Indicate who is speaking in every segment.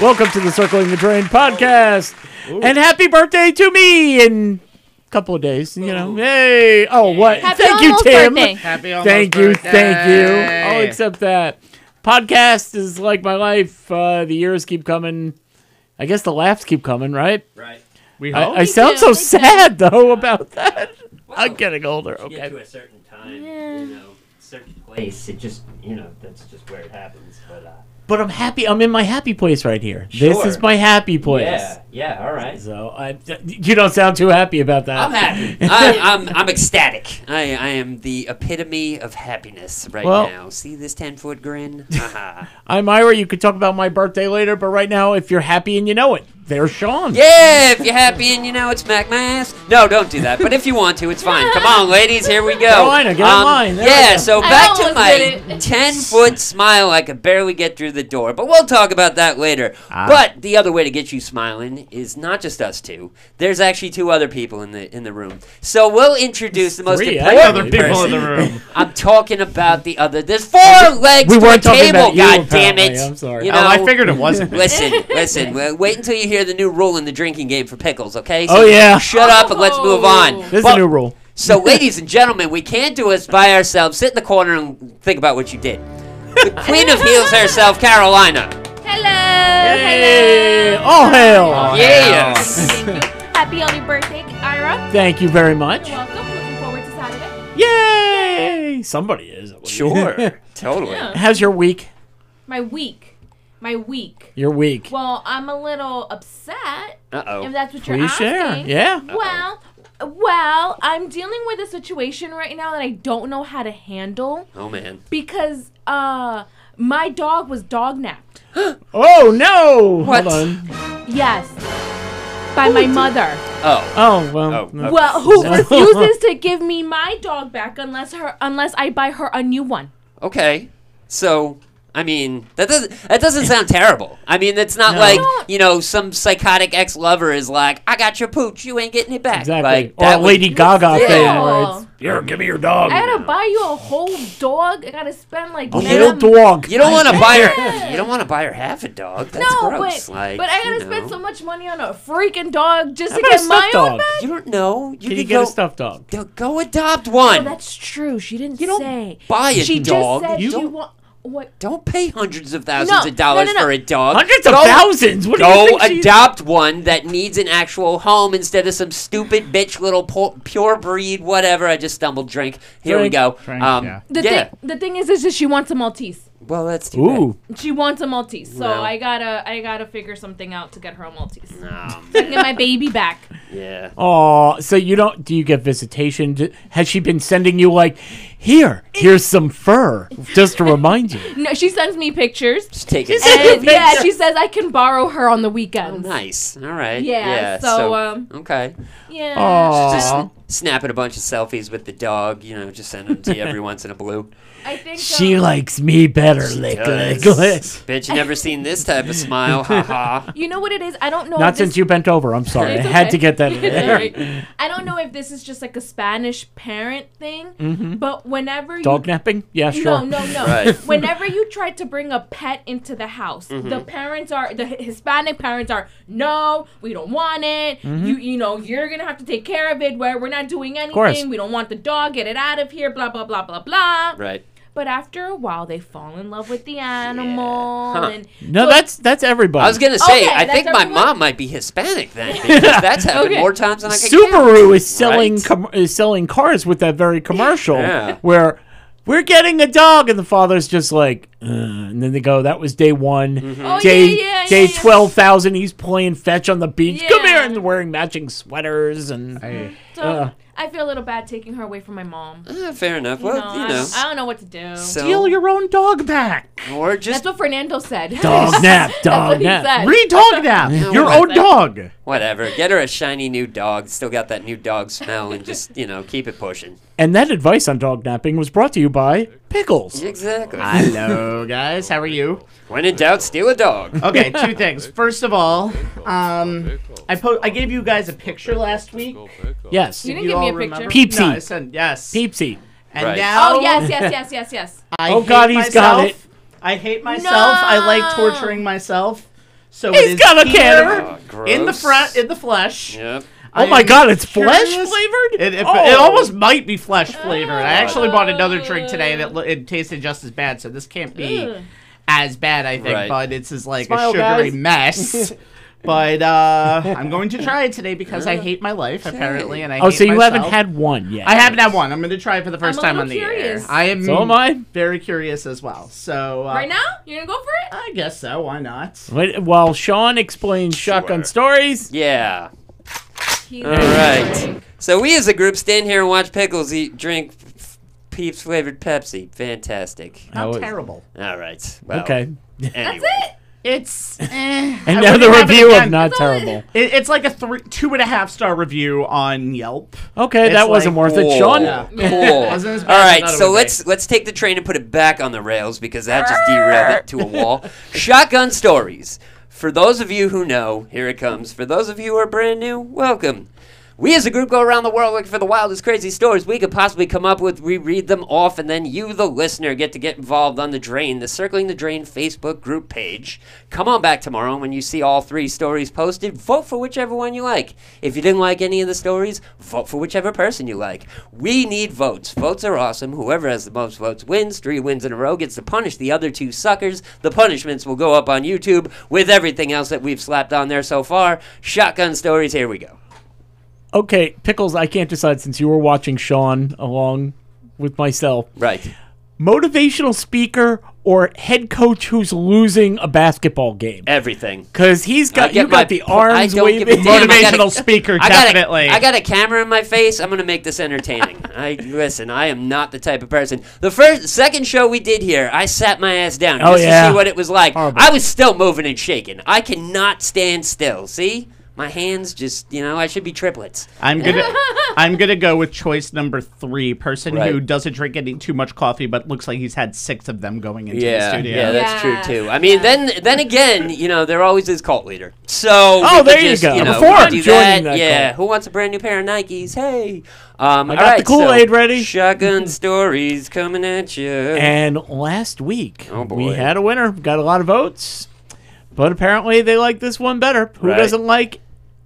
Speaker 1: Welcome to the Circling the Drain podcast, and happy birthday to me in a couple of days. You know, hey, oh what?
Speaker 2: Happy
Speaker 1: Thank you,
Speaker 2: almost
Speaker 1: Tim.
Speaker 2: birthday.
Speaker 3: Happy almost
Speaker 1: Thank you,
Speaker 3: birthday.
Speaker 1: thank you. I'll accept that. Podcast is like my life. Uh, the years keep coming. I guess the laughs keep coming, right?
Speaker 4: Right.
Speaker 3: We
Speaker 4: Oh,
Speaker 3: hope.
Speaker 1: I, I sound
Speaker 2: do,
Speaker 1: so
Speaker 2: they do.
Speaker 1: sad though about that. I'm getting older.
Speaker 4: Get to
Speaker 1: Okay.
Speaker 4: a certain time,
Speaker 2: Yeah.
Speaker 4: you know, certain place. It just, you know, that's just where it happens. But uh,
Speaker 1: But I'm happy. I'm in my happy place right here. This
Speaker 4: Sure.
Speaker 1: is my happy place.
Speaker 4: yeah, yeah, all right.
Speaker 1: So I, you don't sound too happy about that.
Speaker 4: I'm happy. I, I'm, I'm ecstatic. I, I am the epitome of happiness right
Speaker 1: Well-
Speaker 4: now. See this ten foot grin? Haha.
Speaker 1: I'm Ira. You could talk about my birthday later, but right now, if you're happy and you know it, there's Sean.
Speaker 4: yeah, if you're happy and you know it, smack my ass. No, don't do that. But if you want to, it's fine. Come on, ladies, here we go. Um,
Speaker 1: Carolina, get in line. There we
Speaker 4: yeah,
Speaker 1: go.
Speaker 4: so
Speaker 2: I
Speaker 4: back to
Speaker 2: almost did
Speaker 4: my
Speaker 2: it.
Speaker 4: ten foot smile. I could barely get through the door, but we'll talk about that later.
Speaker 1: Ah.
Speaker 4: But the other way to get you smiling is not just us two. There's actually two other people in the in the room. So we'll introduce the most
Speaker 1: Three,
Speaker 4: important
Speaker 1: actually.
Speaker 3: Other people in the
Speaker 4: person.
Speaker 3: room.
Speaker 4: I'm talking about the other. There's four legs
Speaker 1: we
Speaker 4: to
Speaker 1: weren't
Speaker 4: a
Speaker 1: talking
Speaker 4: table.
Speaker 1: about you,
Speaker 4: God damn
Speaker 1: apparently.
Speaker 4: it!
Speaker 1: I'm sorry.
Speaker 4: You
Speaker 3: Oh,
Speaker 4: know,
Speaker 3: I figured it wasn't.
Speaker 4: listen, listen. Well, wait until you hear the new rule in the drinking game for pickles. Okay?
Speaker 1: Oh, yeah.
Speaker 4: Shut up and let's move
Speaker 2: Oh.
Speaker 4: on.
Speaker 1: This is
Speaker 4: But-
Speaker 1: a new rule.
Speaker 4: so, ladies and gentlemen, we can't do this by ourselves. Sit in the corner and think about what you did. The Queen of Heels herself, Carolina.
Speaker 2: Hello.
Speaker 4: Oh,
Speaker 1: Hey,
Speaker 2: Hello.
Speaker 1: all hail.
Speaker 3: Oh,
Speaker 4: Yeah.
Speaker 2: Thank you, thank you. Happy early birthday, Ira.
Speaker 1: Thank you very much.
Speaker 2: You're welcome. Looking forward to Saturday.
Speaker 1: Yay! Somebody is. at least.
Speaker 4: Sure. totally.
Speaker 2: Yeah.
Speaker 1: How's your week?
Speaker 2: My week. My week.
Speaker 1: Your week.
Speaker 2: Well, I'm a little upset.
Speaker 4: Uh
Speaker 2: If
Speaker 4: oh.
Speaker 2: that's what you're
Speaker 1: Please share.
Speaker 2: asking.
Speaker 1: Yeah.
Speaker 2: Well, well, I'm dealing with a situation right now that I don't know how to handle
Speaker 4: Oh, man.
Speaker 2: because uh my dog was dog napped.
Speaker 1: Oh no!
Speaker 4: What?
Speaker 1: Hold on.
Speaker 2: Yes. By my mother.
Speaker 4: Oh.
Speaker 1: Oh well.
Speaker 4: Oh, okay.
Speaker 2: Well, who
Speaker 1: So-
Speaker 2: refuses to give me my dog back unless her unless I buy her a new one.
Speaker 4: Okay. So, I mean, that doesn't that doesn't sound terrible. I mean, it's not
Speaker 1: No.
Speaker 4: like
Speaker 2: No.
Speaker 4: you know some psychotic ex lover is like, "I got your pooch, you ain't getting it back."
Speaker 1: Exactly.
Speaker 4: Like
Speaker 1: or a
Speaker 4: would-
Speaker 1: Lady Gaga
Speaker 2: Yeah.
Speaker 1: thing. Where it's,
Speaker 3: Here, give me your dog.
Speaker 2: I gotta buy you a whole dog. I gotta spend like
Speaker 1: a
Speaker 2: man,
Speaker 1: whole dog.
Speaker 4: You don't want to buy her. You don't want to buy her half a dog. That's
Speaker 2: No,
Speaker 4: gross.
Speaker 2: but
Speaker 4: like,
Speaker 2: but I
Speaker 4: you
Speaker 2: gotta
Speaker 4: know.
Speaker 2: spend so much money on a freaking dog just
Speaker 1: How
Speaker 2: to
Speaker 1: about a
Speaker 2: get my
Speaker 1: stuffed
Speaker 2: own
Speaker 1: dog?
Speaker 2: back.
Speaker 4: You don't know. You
Speaker 1: Can you
Speaker 4: could
Speaker 1: get
Speaker 4: go,
Speaker 1: a stuffed dog?
Speaker 4: Go- Go adopt one.
Speaker 2: Oh, that's true. She didn't
Speaker 4: You don't
Speaker 2: say.
Speaker 4: buy a
Speaker 2: she
Speaker 4: dog.
Speaker 2: just said
Speaker 4: You
Speaker 2: she
Speaker 4: don't-
Speaker 2: want what?
Speaker 4: Don't pay hundreds of thousands
Speaker 2: No,
Speaker 4: of dollars
Speaker 2: no, no, no.
Speaker 4: for a dog.
Speaker 1: Hundreds of
Speaker 4: Go-
Speaker 1: thousands. What do you
Speaker 4: Go
Speaker 1: think she's-
Speaker 4: adopt one that needs an actual home instead of some stupid bitch little po- pure breed whatever. I just stumbled. Drink. Here we
Speaker 1: Drink.
Speaker 4: go. Um,
Speaker 3: Drink, yeah.
Speaker 2: The
Speaker 4: yeah.
Speaker 2: thing the thing is is that she wants a Maltese.
Speaker 4: Well, that's too
Speaker 1: Ooh.
Speaker 2: She wants a Maltese. So
Speaker 4: No.
Speaker 2: I gotta I gotta figure something out to get her a Maltese.
Speaker 4: bad. Um,
Speaker 2: Get my baby back.
Speaker 4: yeah.
Speaker 1: Oh, so you don't? Do you get visitation? D- Has she been sending you like, here, here's some fur, just to remind you?
Speaker 2: No, she sends me pictures.
Speaker 4: Just take it.
Speaker 2: And yeah, she says I can borrow her on the
Speaker 4: Oh,
Speaker 2: weekends.
Speaker 4: nice. All right.
Speaker 2: Yeah, so, um,
Speaker 4: okay.
Speaker 2: Yeah.
Speaker 1: Aw.
Speaker 4: Just snapping a bunch of selfies with the dog. You know, just send them to you every once in a blue.
Speaker 2: I think
Speaker 1: She
Speaker 2: um,
Speaker 1: likes me better. Lick, lick, lick.
Speaker 4: Does. Bitch, you never seen this type of smile. Ha ha.
Speaker 2: You know what it is? I don't know.
Speaker 1: Not
Speaker 2: if
Speaker 1: since
Speaker 2: Oh, this-
Speaker 1: you bent over. I'm sorry.
Speaker 2: It's
Speaker 1: I had
Speaker 2: okay.
Speaker 1: to get that in
Speaker 2: It's
Speaker 1: there.
Speaker 2: all right. I don't know if this is just like a Spanish parent thing, but whenever
Speaker 1: Mm-hmm. Dog
Speaker 2: you
Speaker 1: napping? Yeah, sure.
Speaker 2: no, no, no.
Speaker 4: Right.
Speaker 2: Whenever you try to bring a pet into the house,
Speaker 1: Mm-hmm.
Speaker 2: the parents are the Hi- Hispanic parents are no, we don't want it.
Speaker 1: Mm-hmm.
Speaker 2: You you know you're gonna have to take care of it. Where we're not doing
Speaker 1: course.
Speaker 2: anything. We don't want the dog. Get it out of here. Blah blah blah blah blah.
Speaker 4: Right.
Speaker 2: But after a while, they fall in love with the animal.
Speaker 4: Huh.
Speaker 2: And
Speaker 1: No,
Speaker 2: so-
Speaker 1: that's that's everybody.
Speaker 4: I was gonna say,
Speaker 2: Okay,
Speaker 4: I
Speaker 2: that's
Speaker 4: think my
Speaker 2: everyone?
Speaker 4: mom might be Hispanic then, because that's happened
Speaker 2: Okay.
Speaker 4: more times than I can count.
Speaker 1: Subaru is selling
Speaker 4: Right.
Speaker 1: com- is selling cars with that very commercial
Speaker 4: Yeah.
Speaker 1: where we're getting a dog and the father's just like "Ugh," and then they go that was day one
Speaker 2: Oh,
Speaker 1: day
Speaker 2: yeah, yeah,
Speaker 1: day
Speaker 2: yeah, yeah.
Speaker 1: 12,000 he's playing fetch on the beach come here
Speaker 2: Yeah.
Speaker 1: and wearing matching sweaters and
Speaker 2: so
Speaker 1: Uh.
Speaker 2: I feel a little bad taking her away from my mom.
Speaker 4: Ah, fair enough.
Speaker 2: You
Speaker 4: Well,
Speaker 2: know,
Speaker 4: you
Speaker 2: I-
Speaker 4: know,
Speaker 2: I, don't know what to do.
Speaker 4: so
Speaker 1: steal your own dog back
Speaker 4: or just
Speaker 2: That's what Fernando said.
Speaker 1: dog nap
Speaker 2: what
Speaker 1: dog
Speaker 2: he
Speaker 1: nap
Speaker 2: said.
Speaker 1: re-dog nap your
Speaker 4: what
Speaker 1: own
Speaker 2: I said.
Speaker 1: dog
Speaker 4: whatever. Get her a shiny new dog. Still got that new dog smell, and just you know, keep it pushing.
Speaker 1: and that advice on dog napping was brought to you by pickles
Speaker 4: Exactly.
Speaker 3: Hello, guys. How are you?
Speaker 4: When in doubt, steal a dog.
Speaker 3: Okay, two things. First of all, um, I po- I gave you guys a picture last week.
Speaker 1: yes
Speaker 2: You didn't
Speaker 3: You
Speaker 2: give me
Speaker 3: all
Speaker 2: a picture.
Speaker 3: remember?
Speaker 1: Peepsy.
Speaker 3: No, I said- yes.
Speaker 1: peepsy
Speaker 3: And
Speaker 4: Right.
Speaker 3: now.
Speaker 2: Oh yes, yes, yes, yes, yes.
Speaker 3: I
Speaker 1: Oh,
Speaker 3: hate
Speaker 1: God, he's got
Speaker 3: myself.
Speaker 1: it.
Speaker 3: I hate myself. I like
Speaker 2: No.
Speaker 3: torturing myself. So it
Speaker 1: He's
Speaker 3: is
Speaker 1: got a can of
Speaker 3: here
Speaker 4: Oh, gross.
Speaker 3: in the front in the flesh.
Speaker 4: Yep.
Speaker 1: Oh
Speaker 3: I
Speaker 1: my
Speaker 3: am
Speaker 1: god, it's flesh
Speaker 3: curious-
Speaker 1: flavored?
Speaker 3: It, it,
Speaker 1: Oh.
Speaker 3: it almost might be flesh flavored. I actually bought another drink today that lo- it tasted just as bad, so this can't be
Speaker 2: Oh. Ugh.
Speaker 3: as bad, I think.
Speaker 4: Right.
Speaker 3: But it's is like
Speaker 1: Smile,
Speaker 3: a sugary
Speaker 1: guys.
Speaker 3: mess. but uh, I'm going to try it today because I hate my life apparently, and I
Speaker 1: Oh,
Speaker 3: hate
Speaker 1: so you haven't
Speaker 3: myself.
Speaker 1: had one yet.
Speaker 3: I haven't had one. I'm going to try it for the 1st
Speaker 2: a
Speaker 3: time
Speaker 2: little
Speaker 3: on the
Speaker 2: curious.
Speaker 3: air. I am
Speaker 1: So am I.
Speaker 3: very curious as well. So uh,
Speaker 2: Right now, you're gonna go for it?
Speaker 3: I guess so. Why not?
Speaker 1: Wait, while Sean explains shotgun
Speaker 4: Sure.
Speaker 1: stories,
Speaker 4: Yeah.
Speaker 2: He's
Speaker 4: Uh, All
Speaker 2: gonna go
Speaker 4: right.
Speaker 2: for it.
Speaker 4: So we as a group stand here and watch pickles eat, drink Peeps flavored Pepsi. Fantastic.
Speaker 1: How
Speaker 3: Not
Speaker 1: is-
Speaker 3: terrible.
Speaker 4: All right. Well,
Speaker 1: okay.
Speaker 4: Anyway.
Speaker 2: That's it.
Speaker 3: It's eh, I
Speaker 1: And now
Speaker 3: wouldn't
Speaker 1: the
Speaker 3: have it
Speaker 1: review of
Speaker 3: again.
Speaker 1: not
Speaker 2: That's all it-
Speaker 1: terrible.
Speaker 3: It, it's like a three, two and a half star review on Yelp.
Speaker 1: Okay,
Speaker 3: It's
Speaker 1: that wasn't
Speaker 3: like-
Speaker 1: worth it, Sean.
Speaker 3: Yeah.
Speaker 4: Cool.
Speaker 3: Wasn't as bad
Speaker 4: All
Speaker 3: as I
Speaker 4: right,
Speaker 3: thought it
Speaker 4: so
Speaker 3: would be.
Speaker 4: let's let's take the train and put it back on the rails because that just derailed it to a wall. Shotgun stories. For those of you who know, here it comes. For those of you who are brand new, welcome. We as a group go around the world looking for the wildest, crazy stories we could possibly come up with. We read them off, and then you, the listener, get to get involved on the Drain, the Circling the Drain Facebook group page. Come on back tomorrow and when you see all three stories posted. Vote for whichever one you like. If you didn't like any of the stories, vote for whichever person you like. We need votes. Votes are awesome. Whoever has the most votes wins. Three wins in a row gets to punish the other two suckers. The punishments will go up on YouTube with everything else that we've slapped on there so far. Shotgun stories, here we go.
Speaker 1: Okay, Pickles, I can't decide since you were watching Sean along with myself.
Speaker 4: Right.
Speaker 1: Motivational speaker or head coach who's losing a basketball game?
Speaker 4: Everything.
Speaker 1: Because he's got
Speaker 4: I get
Speaker 1: you got
Speaker 4: my
Speaker 1: the
Speaker 4: po- I
Speaker 1: arms
Speaker 4: don't give a
Speaker 1: waving.
Speaker 4: damn. I
Speaker 3: Motivational
Speaker 4: gotta-
Speaker 3: speaker,
Speaker 4: I got a-
Speaker 3: definitely.
Speaker 4: I got a camera in my face. I'm gonna make this entertaining. I listen. I am not the type of person. The first, second show we did here, I sat my ass down
Speaker 1: Oh,
Speaker 4: just
Speaker 1: yeah.
Speaker 4: to see what it was like.
Speaker 1: Horrible.
Speaker 4: I was still moving and shaking. I cannot stand still. See, my hands just you know I should be triplets.
Speaker 3: I'm gonna I'm gonna go with choice number three, person who
Speaker 4: Right.
Speaker 3: doesn't drink any too much coffee, but looks like he's had six of them going into the studio.
Speaker 4: yeah, that's
Speaker 2: Yeah.
Speaker 4: true too. I mean, then then again, you know, there always is cult leader. So
Speaker 1: Oh,
Speaker 4: we could
Speaker 1: there you
Speaker 4: just,
Speaker 1: go.
Speaker 4: know,
Speaker 1: Before
Speaker 4: we could
Speaker 1: I'm
Speaker 4: do
Speaker 1: joining that
Speaker 4: yeah.
Speaker 1: cult.
Speaker 4: Who wants a brand new pair of Nikes? Hey, um,
Speaker 1: I got
Speaker 4: all
Speaker 1: the
Speaker 4: right, so
Speaker 1: Kool-Aid ready.
Speaker 4: Shotgun stories coming at you.
Speaker 1: And last week,
Speaker 4: Oh, boy.
Speaker 1: we had a winner, got a lot of votes, but apparently they like this one better. Who
Speaker 4: Right.
Speaker 1: doesn't like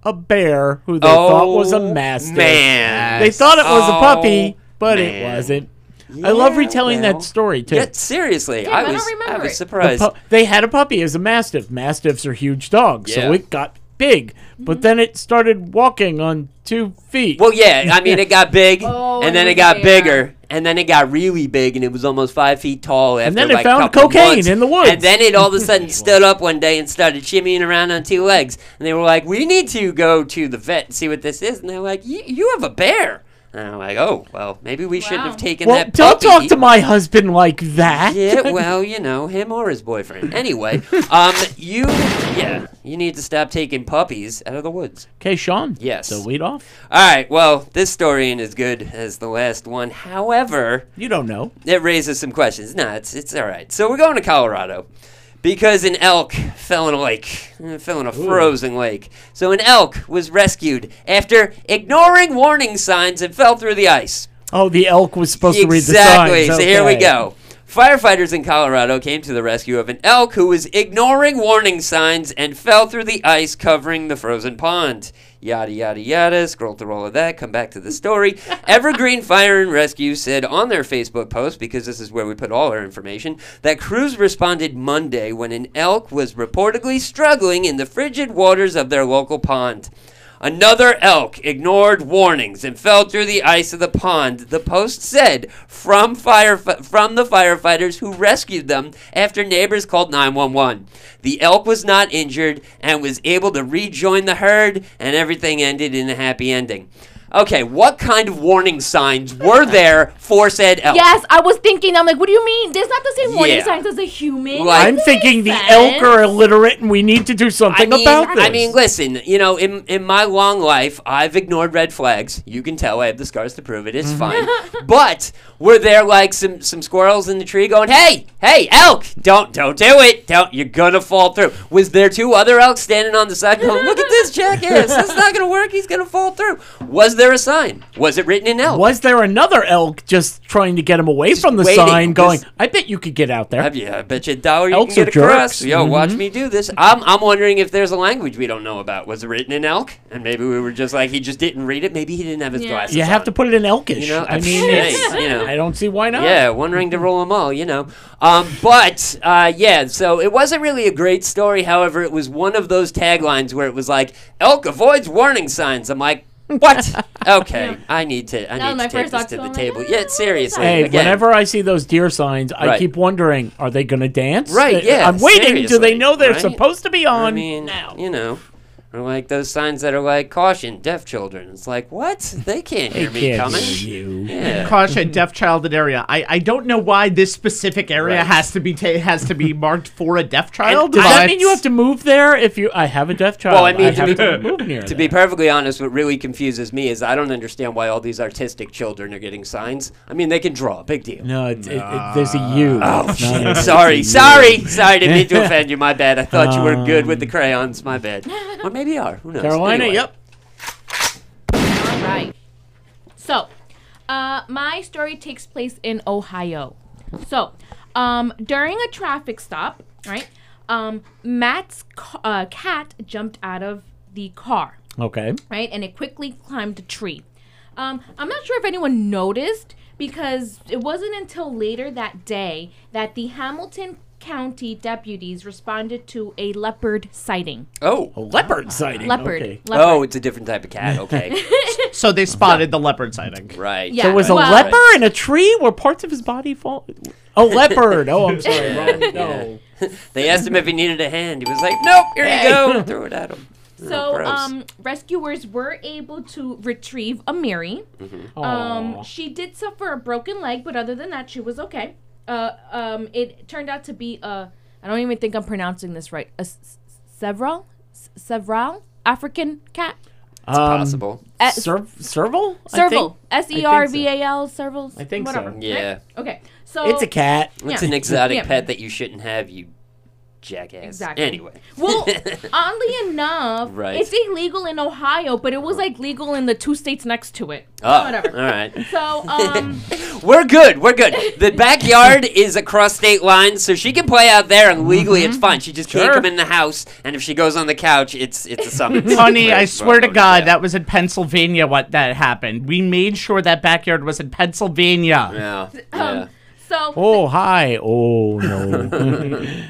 Speaker 1: a bear who they thought was a mastiff?
Speaker 4: Oh, Man,
Speaker 1: They thought it was a
Speaker 4: Oh,
Speaker 1: puppy, but it
Speaker 4: man.
Speaker 1: wasn't. I love
Speaker 4: Yeah,
Speaker 1: retelling
Speaker 4: well.
Speaker 1: that story too.
Speaker 4: Yeah, seriously,
Speaker 2: Damn, I
Speaker 4: I
Speaker 2: don't
Speaker 4: was I
Speaker 2: remember
Speaker 4: was
Speaker 2: it.
Speaker 1: The
Speaker 4: surprised.
Speaker 1: pu- they had a puppy as a mastiff. Mastiffs are huge dogs, so
Speaker 4: Yeah.
Speaker 1: it got big. But then it started walking on two feet.
Speaker 4: well, yeah, I mean, it got big,
Speaker 2: Oh,
Speaker 4: and
Speaker 2: and
Speaker 4: then
Speaker 2: it
Speaker 4: it
Speaker 2: was
Speaker 4: got
Speaker 2: there.
Speaker 4: bigger, and then it got really big, and it was almost five feet tall. After
Speaker 1: then it
Speaker 4: like a
Speaker 1: found
Speaker 4: couple
Speaker 1: cocaine
Speaker 4: months.
Speaker 1: in the woods.
Speaker 4: and then it all of a sudden stood up one day and started shimmying around on two legs. And they were like, "We need to go to the vet and see what this is." And they're like, "You- "You have a bear." And I'm like, "Oh, well, maybe we shouldn't
Speaker 2: Wow.
Speaker 4: have taken
Speaker 1: Well,
Speaker 4: that."
Speaker 1: don't
Speaker 4: puppy."
Speaker 1: talk to my husband like that.
Speaker 4: Yeah, well, you know, him or his boyfriend. Anyway, um, you, yeah, you need to stop taking puppies out of the woods.
Speaker 1: okay, Sean.
Speaker 4: Yes.
Speaker 1: So lead off.
Speaker 4: All right, well, this story ain't as good as the last one. However,
Speaker 1: You don't know.
Speaker 4: it raises some questions. No, it's it's all right. So we're going to Colorado because an elk fell in a lake, Uh, fell in a frozen lake. So an elk was rescued after ignoring warning signs and fell through the ice.
Speaker 1: Oh, the elk was supposed to
Speaker 4: Exactly.
Speaker 1: read the signs.
Speaker 4: So here we
Speaker 1: Okay.
Speaker 4: go. Firefighters in Colorado came to the rescue of an elk who was ignoring warning signs and fell through the ice covering the frozen pond. Yada, yada, yada. Scroll through all of that. Come back to the story. Evergreen Fire and Rescue said on their Facebook post, because this is where we put all our information, that crews responded Monday when an elk was reportedly struggling in the frigid waters of their local pond. Another elk ignored warnings and fell through the ice of the pond. The post said from fire from the firefighters who rescued them after neighbors called 911. The elk was not injured and was able to rejoin the herd and everything ended in a happy ending. Okay, what kind of warning signs were there for said elk?
Speaker 2: Yes, I was thinking. I'm like, what do you mean? There's not the same warning
Speaker 4: Oh. Yeah.
Speaker 2: signs as a human.
Speaker 4: Like-
Speaker 1: I'm
Speaker 2: That
Speaker 1: thinking the
Speaker 2: makes
Speaker 1: elk
Speaker 2: sense.
Speaker 1: are illiterate, and we need to do something
Speaker 4: I mean,
Speaker 1: about this.
Speaker 4: I mean, listen, you know, in, in my long life, I've ignored red flags. You can tell I have the scars to prove it. It's
Speaker 1: Mm-hmm.
Speaker 4: fine. but were there like some, some squirrels in the tree going, "Hey, hey, elk, don't don't do it. Don't you're gonna fall through." Was there two other elks standing on the side going, "Look at this jackass. That's not gonna work. He's gonna fall through." Was there there a sign? Was it written in elk?
Speaker 1: Was there another elk just trying to get him away from the
Speaker 4: waiting.
Speaker 1: sign, going,
Speaker 4: This-
Speaker 1: I bet you could get out there?
Speaker 4: Have you? I bet you a dollar you
Speaker 1: Elks
Speaker 4: can
Speaker 1: are
Speaker 4: get across.
Speaker 1: jerks. Mm-hmm.
Speaker 4: Yo, watch me do this. I'm, I'm wondering if there's a language we don't know about. Was it written in elk? And maybe we were just like he just didn't read it. Maybe he didn't have his
Speaker 2: Yeah.
Speaker 4: glasses.
Speaker 1: you have
Speaker 4: on.
Speaker 1: to put it in elkish.
Speaker 4: You know,
Speaker 1: I mean,
Speaker 4: hey,
Speaker 1: it's-
Speaker 4: you know.
Speaker 1: I don't Mm-hmm. see why not.
Speaker 4: Yeah, one ring to rule them all, you know. Um, but uh, yeah, so it wasn't really a great story. However, it was one of those taglines where it was like, "Elk avoids warning signs." I'm like, what? okay, I need to. I
Speaker 2: That was
Speaker 4: need
Speaker 2: my
Speaker 4: to take
Speaker 2: first
Speaker 4: this
Speaker 2: thought,
Speaker 4: to
Speaker 2: so
Speaker 4: the
Speaker 2: I'm like,
Speaker 4: table.
Speaker 2: "Ah,
Speaker 4: Yeah,
Speaker 2: warning
Speaker 4: seriously.
Speaker 2: signs."
Speaker 1: Hey,
Speaker 4: again.
Speaker 1: whenever I see those deer signs, I
Speaker 4: Right.
Speaker 1: keep wondering, are they going to dance?
Speaker 4: Right,
Speaker 1: They-
Speaker 4: yeah,
Speaker 1: I'm waiting. Do
Speaker 4: seriously,
Speaker 1: they know they're
Speaker 4: right?
Speaker 1: supposed to be on
Speaker 4: I mean,
Speaker 1: now?
Speaker 4: you know, or like those signs that are like "caution, deaf children." It's like, what? They can't hear me
Speaker 1: Can't
Speaker 4: coming.
Speaker 1: hear you.
Speaker 4: Yeah.
Speaker 3: Caution, deaf childed area. I, I don't know why this specific area
Speaker 4: Right.
Speaker 3: has to be ta- has to be marked for a deaf child.
Speaker 1: Does that
Speaker 3: but-
Speaker 1: mean you have to move there if you? I have a deaf child.
Speaker 4: I mean, to
Speaker 1: have
Speaker 4: be-
Speaker 1: to move near.
Speaker 4: To be perfectly honest, what really confuses me is I don't understand why all these artistic children are getting signs. I mean, they can draw, big deal.
Speaker 1: no, it, it, it, there's a U.
Speaker 4: Oh,
Speaker 1: It's not
Speaker 4: shit.
Speaker 1: a-
Speaker 4: sorry,
Speaker 1: it's a U.
Speaker 4: sorry, sorry. Didn't mean to offend you. My bad. I thought you were good with the crayons. My bad. Or maybe you are. Who knows?
Speaker 1: Um, Carolina,
Speaker 4: Anyway.
Speaker 1: yep.
Speaker 2: All right. So, uh, my story takes place in Ohio. So, um, during a traffic stop, right? Um, Matt's ca- uh, cat jumped out of the car,
Speaker 1: Okay.
Speaker 2: right? And it quickly climbed a tree. Um, I'm not sure if anyone noticed because it wasn't until later that day that the Hamilton County deputies responded to a leopard sighting.
Speaker 4: Oh.
Speaker 1: A leopard sighting.
Speaker 2: Leopard.
Speaker 1: Okay.
Speaker 2: leopard.
Speaker 4: Oh, it's a different type of cat. Okay.
Speaker 3: So they spotted the leopard sighting.
Speaker 4: right.
Speaker 2: Yeah.
Speaker 1: There was
Speaker 2: Well-
Speaker 1: a leper in a tree where parts of his body fall. Oh, leopard. Oh, I'm sorry. Wrong. No.
Speaker 4: They asked him if he needed a hand. He was like, "Nope, here you go." Throw it at him. Oh,
Speaker 2: So,
Speaker 4: gross.
Speaker 2: um, rescuers were able to retrieve Amiri. Um,
Speaker 1: Aw.
Speaker 2: she did suffer a broken leg, but other than that, she was okay. Uh, um, it turned out to be a, I don't even think I'm pronouncing this right, a s- s- several, S- several African cat.
Speaker 1: Um,
Speaker 4: possible.
Speaker 2: Uh,
Speaker 1: Serv- serval? I think-
Speaker 2: serval. S E R V A L, servals.
Speaker 1: I think
Speaker 2: whatever,
Speaker 1: so.
Speaker 2: right?
Speaker 4: Yeah.
Speaker 2: Okay. So
Speaker 1: It's a cat.
Speaker 4: It's
Speaker 2: Yeah.
Speaker 4: an exotic
Speaker 2: Yeah.
Speaker 4: pet that you shouldn't have, you jackass.
Speaker 2: Exactly.
Speaker 4: Anyway.
Speaker 2: Well, oddly enough,
Speaker 4: Right.
Speaker 2: it's illegal in Ohio, but it was like legal in the two states next to it.
Speaker 4: Oh,
Speaker 1: Ah.
Speaker 2: Whatever.
Speaker 4: all right.
Speaker 2: So, um,
Speaker 4: We're good. We're good. The backyard is across state lines, so she can play out there, and legally
Speaker 3: Mm-hmm.
Speaker 4: it's fine. She just can't
Speaker 1: Sure.
Speaker 4: come in the house, and if she goes on the couch, it's it's a summons.
Speaker 3: Honey, I
Speaker 4: Right,
Speaker 3: swear to
Speaker 4: right,
Speaker 3: God,
Speaker 4: yeah.
Speaker 3: that was in Pennsylvania what that happened. We made sure that backyard was in Pennsylvania.
Speaker 4: Yeah. yeah.
Speaker 2: um, so
Speaker 1: Oh, hi. Oh, no.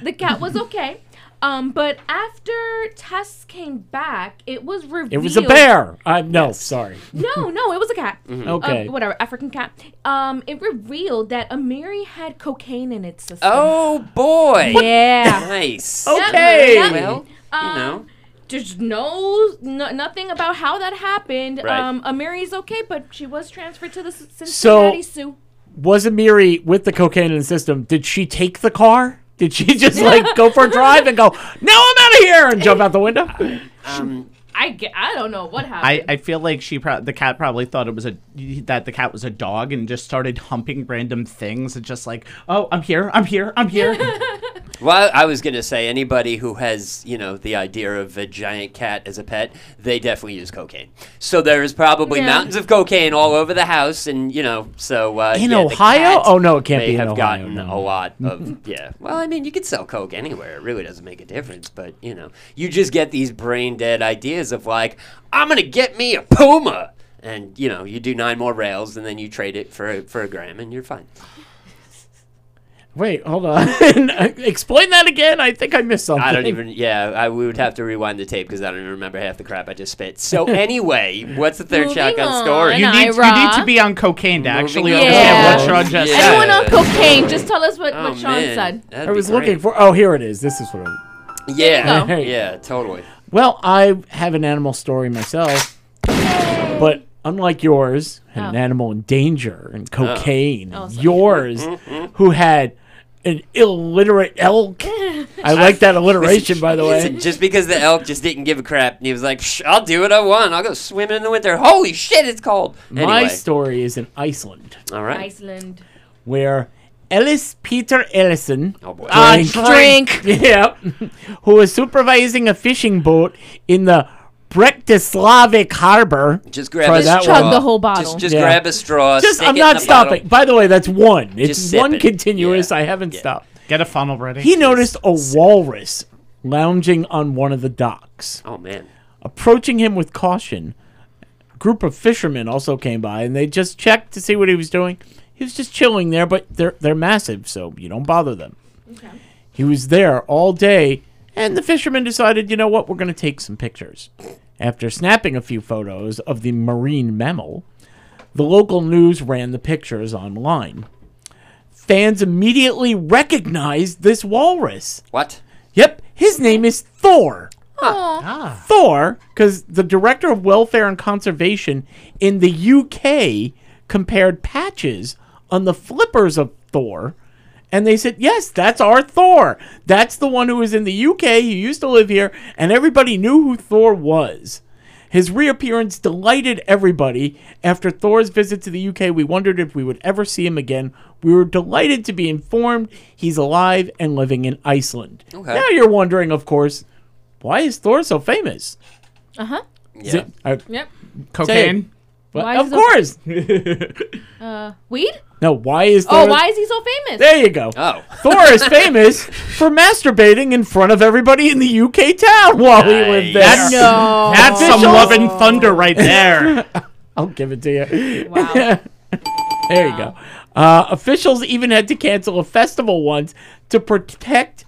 Speaker 2: the cat was okay. Um, but after Tess came back, it was revealed.
Speaker 1: it was a bear. I, no, sorry.
Speaker 2: No, no, it was a cat.
Speaker 4: Mm-hmm.
Speaker 1: Okay.
Speaker 2: Uh, whatever, African cat. Um, it revealed that Amiri had cocaine in its system.
Speaker 4: Oh boy.
Speaker 2: yeah.
Speaker 4: Nice.
Speaker 3: Oh.
Speaker 1: Okay.
Speaker 2: Yep, yep.
Speaker 4: Well, you
Speaker 2: Um,
Speaker 4: know.
Speaker 2: There's no, no nothing about how that happened.
Speaker 4: Right.
Speaker 2: Um, Amiri's okay, but she was transferred to the C- Cincinnati
Speaker 1: So-
Speaker 2: Zoo.
Speaker 1: Was Amiri with the cocaine in the system? Did she take the car? Did she just like go for a drive and go, now I'm out of here and jump out the window?
Speaker 4: Um,
Speaker 2: I, ge- I don't know what
Speaker 3: I,
Speaker 2: happened.
Speaker 3: I feel like she pro- the cat probably thought it was a that the cat was a dog and just started humping random things and just like oh I'm here I'm here I'm here
Speaker 4: Well, I was gonna say anybody who has you know the idea of a giant cat as a pet, they definitely use cocaine. So there is probably
Speaker 2: Yeah.
Speaker 4: mountains of cocaine all over the house, and you know, so uh,
Speaker 1: In
Speaker 4: yeah, the
Speaker 1: Ohio?
Speaker 4: cat
Speaker 1: Oh, no, it can't
Speaker 4: may
Speaker 1: be in
Speaker 4: have
Speaker 1: Ohio,
Speaker 4: gotten
Speaker 1: no.
Speaker 4: a lot of yeah. Well, I mean, you could sell coke anywhere; it really doesn't make a difference. But you know, you just get these brain dead ideas of like, I'm gonna get me a puma, and you know, you do nine more rails, and then you trade it for a, for a gram, and you're fine.
Speaker 1: Wait, hold on. Explain that again. I think I missed something.
Speaker 4: I don't even. Yeah, I, we would have to rewind the tape because I don't even remember half the crap I just spit. So anyway, what's the third
Speaker 2: Moving
Speaker 4: shotgun
Speaker 2: on.
Speaker 4: story?
Speaker 3: you
Speaker 2: An
Speaker 3: need you need
Speaker 2: Ira.
Speaker 3: to be on cocaine to actually
Speaker 4: on.
Speaker 3: understand what
Speaker 2: Yeah.
Speaker 3: Sean just
Speaker 4: Yeah.
Speaker 3: said.
Speaker 2: Anyone on cocaine? Just tell us what,
Speaker 4: Oh,
Speaker 2: what Sean
Speaker 4: man,
Speaker 2: said.
Speaker 4: that'd
Speaker 1: I
Speaker 4: be
Speaker 1: was looking
Speaker 4: great.
Speaker 1: for. Oh, here it is. This is what. I,
Speaker 4: Yeah,
Speaker 1: There you go.
Speaker 4: yeah, totally.
Speaker 1: well, I have an animal story myself, but unlike yours, had an
Speaker 2: Oh.
Speaker 1: animal in danger and cocaine.
Speaker 2: Oh, sorry.
Speaker 1: yours, who had an illiterate elk. I like that alliteration, by the
Speaker 4: Is
Speaker 1: way.
Speaker 4: it just because the elk just didn't give a crap, and he was like, Psh, "I'll do what I want. I'll go swimming in the winter." Holy shit, it's cold. Anyway,
Speaker 1: My story is in Iceland,
Speaker 4: all right.
Speaker 2: Iceland.
Speaker 1: where Ellis Peter Ellison.
Speaker 4: Oh boy.
Speaker 1: drink. yeah, who was supervising a fishing boat in the Bretislavic Harbor.
Speaker 4: Just grab
Speaker 1: Try
Speaker 4: a
Speaker 1: that
Speaker 4: straw.
Speaker 1: one.
Speaker 2: Chug the whole bottle.
Speaker 4: Just, just
Speaker 1: Yeah.
Speaker 4: grab a straw.
Speaker 1: Just
Speaker 4: stick
Speaker 1: I'm
Speaker 4: it in
Speaker 1: not
Speaker 4: the
Speaker 1: stopping.
Speaker 4: bottle.
Speaker 1: By the way, that's one. It's
Speaker 4: sip
Speaker 1: one
Speaker 4: it.
Speaker 1: continuous.
Speaker 4: Yeah.
Speaker 1: I haven't stopped.
Speaker 3: Get a funnel ready.
Speaker 1: He noticed a walrus lounging on one of the docks.
Speaker 4: Oh man.
Speaker 1: Approaching him with caution, a group of fishermen also came by and they just checked to see what he was doing. He was just chilling there, but they're they're massive, so you don't bother them. He was there all day, and the fishermen decided, you know what, we're going to take some pictures. After snapping a few photos of the marine mammal, the local news ran the pictures online. Fans immediately recognized this walrus.
Speaker 4: What?
Speaker 1: Yep, his name is Thor.
Speaker 2: Aw.
Speaker 3: Ah,
Speaker 1: Thor, because the director of welfare and conservation in the UK compared patches on the flippers of Thor, and they said, "Yes, that's our Thor. That's the one who was in the UK. He used to live here, and everybody knew who Thor was." His reappearance delighted everybody. After Thor's visit to the UK, we wondered if we would ever see him again. We were delighted to be informed he's alive and living in Iceland.
Speaker 4: Okay.
Speaker 1: Now you're wondering, of course, why is Thor so famous?
Speaker 2: Uh huh.
Speaker 1: Is
Speaker 4: Yeah.
Speaker 1: it- I-
Speaker 2: Yep.
Speaker 3: cocaine.
Speaker 1: well,
Speaker 2: Why is
Speaker 1: of
Speaker 2: it so-
Speaker 1: course.
Speaker 2: Uh, weed?
Speaker 1: no, why is Thor?
Speaker 2: Oh, why is he so famous?
Speaker 1: There you go.
Speaker 4: Oh.
Speaker 1: Thor is famous for masturbating in front of everybody in the UK town while he lived there.
Speaker 3: Nice.
Speaker 2: no.
Speaker 3: That's some
Speaker 1: Official-
Speaker 3: love and thunder right there.
Speaker 1: I'll give it to you.
Speaker 2: Wow.
Speaker 1: There you go. Uh, officials even had to cancel a festival once to protect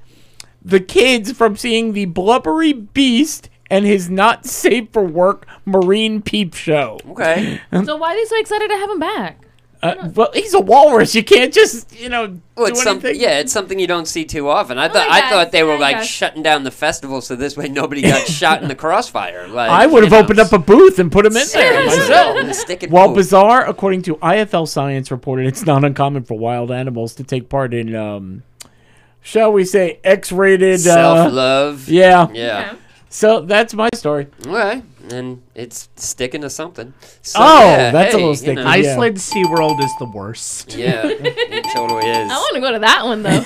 Speaker 1: the kids from seeing the blubbery beast and his not safe for work marine peep show.
Speaker 4: Okay.
Speaker 2: so why are they so excited to have him back?
Speaker 1: Uh, well, he's a walrus. You can't just, you know,
Speaker 4: Well,
Speaker 1: do
Speaker 4: it's some,
Speaker 1: anything.
Speaker 4: yeah, it's something you don't see too often. I thought
Speaker 2: Oh, I
Speaker 4: I,
Speaker 2: guess,
Speaker 4: thought they were
Speaker 2: I
Speaker 4: like
Speaker 2: guess.
Speaker 4: shutting down the festival so this way nobody got shot in the crossfire. Like
Speaker 1: I would have
Speaker 4: you know,
Speaker 1: opened up a booth and put him in there
Speaker 4: seriously,
Speaker 1: myself.
Speaker 4: and stick it
Speaker 1: While
Speaker 4: cool.
Speaker 1: bizarre, according to IFL Science reported, it's not uncommon for wild animals to take part in, um, shall we say, X-rated.
Speaker 4: self
Speaker 1: Uh,
Speaker 4: love.
Speaker 1: yeah.
Speaker 4: Yeah.
Speaker 1: So that's my story.
Speaker 4: Okay. And it's sticking to something. So,
Speaker 1: Oh,
Speaker 4: yeah,
Speaker 1: that's a
Speaker 4: hey,
Speaker 1: little
Speaker 4: you
Speaker 1: sticky.
Speaker 4: know.
Speaker 1: Yeah.
Speaker 3: Iceland SeaWorld is the worst.
Speaker 4: Yeah, it totally is.
Speaker 2: I want to go to that one though.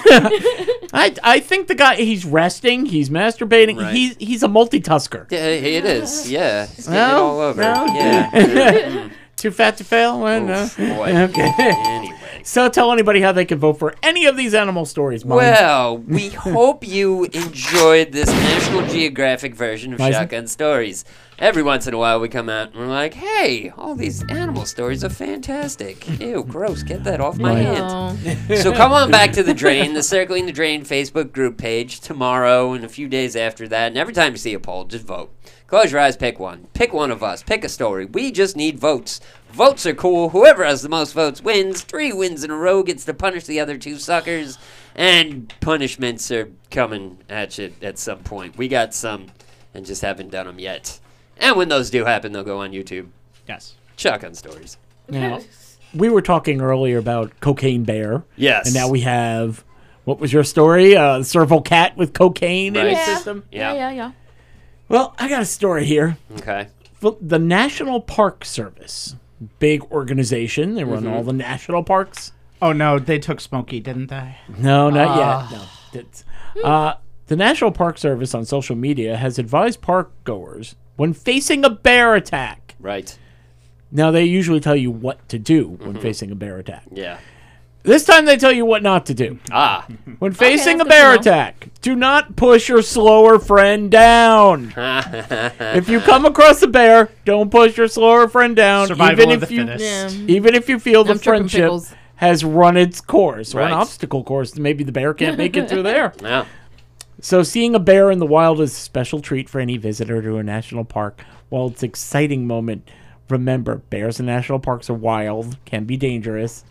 Speaker 1: I, I think the guy he's resting, he's masturbating,
Speaker 4: Right.
Speaker 1: he's he's a multitasker.
Speaker 4: Yeah, it is. Yeah, it's getting it
Speaker 1: No,
Speaker 4: all over.
Speaker 1: no.
Speaker 4: Yeah.
Speaker 1: Too fat to fail. Well, no.
Speaker 4: Oof, boy.
Speaker 1: Okay.
Speaker 4: Anyway.
Speaker 1: So tell anybody how they can vote for any of these animal stories. Mom.
Speaker 4: Well, we hope you enjoyed this National Geographic version of
Speaker 1: Bison?
Speaker 4: Shotgun Stories. Every once in a while, we come out and we're like, "Hey, all these animal stories are fantastic." Ew, gross! Get that off my
Speaker 1: Right.
Speaker 4: hands.
Speaker 2: Oh.
Speaker 4: so come on back to the drain, the Circling the Drain Facebook group page tomorrow and a few days after that. And every time you see a poll, just vote. Close your eyes, pick one. Pick one of us. Pick a story. We just need votes. Votes are cool. Whoever has the most votes wins. Three wins in a row gets to punish the other two suckers. And punishments are coming at you at some point. We got some and just haven't done them yet. And when those do happen, they'll go on YouTube.
Speaker 3: Yes.
Speaker 4: Shotgun stories.
Speaker 1: Now, we were talking earlier about Cocaine Bear.
Speaker 4: Yes.
Speaker 1: And now we have, what was your story? Uh, the servo cat with cocaine in
Speaker 4: Right.
Speaker 1: his
Speaker 2: Yeah.
Speaker 1: system.
Speaker 4: Yeah.
Speaker 2: yeah, yeah, yeah.
Speaker 1: Well, I got a story here.
Speaker 4: Okay.
Speaker 1: F- The National Park Service, big organization. They run
Speaker 2: Mm-hmm.
Speaker 1: all the national parks.
Speaker 3: Oh no, they took Smokey, didn't they?
Speaker 1: No, not
Speaker 2: Ah.
Speaker 1: yet. No. That's- Uh, the National Park Service on social media has advised park goers when facing a bear attack.
Speaker 4: Right.
Speaker 1: Now, they usually tell you what to do when
Speaker 2: Mm-hmm.
Speaker 1: facing a bear attack.
Speaker 4: Yeah.
Speaker 1: This time, they tell you what not to do.
Speaker 4: Ah.
Speaker 1: When facing
Speaker 2: that's
Speaker 1: a
Speaker 2: good
Speaker 1: bear
Speaker 2: to know.
Speaker 1: attack, do not push your slower friend down. if you come across a bear, don't push your slower friend down.
Speaker 3: Survival
Speaker 1: even
Speaker 3: of
Speaker 1: if
Speaker 3: the
Speaker 1: you,
Speaker 3: fittest.
Speaker 2: Yeah.
Speaker 1: Even if you feel the
Speaker 2: I'm tripping
Speaker 1: friendship
Speaker 2: pickles.
Speaker 1: has run its course, or an
Speaker 4: Right.
Speaker 1: obstacle course, maybe the bear can't make it through there.
Speaker 4: Yeah.
Speaker 1: So, seeing a bear in the wild is a special treat for any visitor to a national park. While it's an exciting moment, remember bears in national parks are wild, can be dangerous,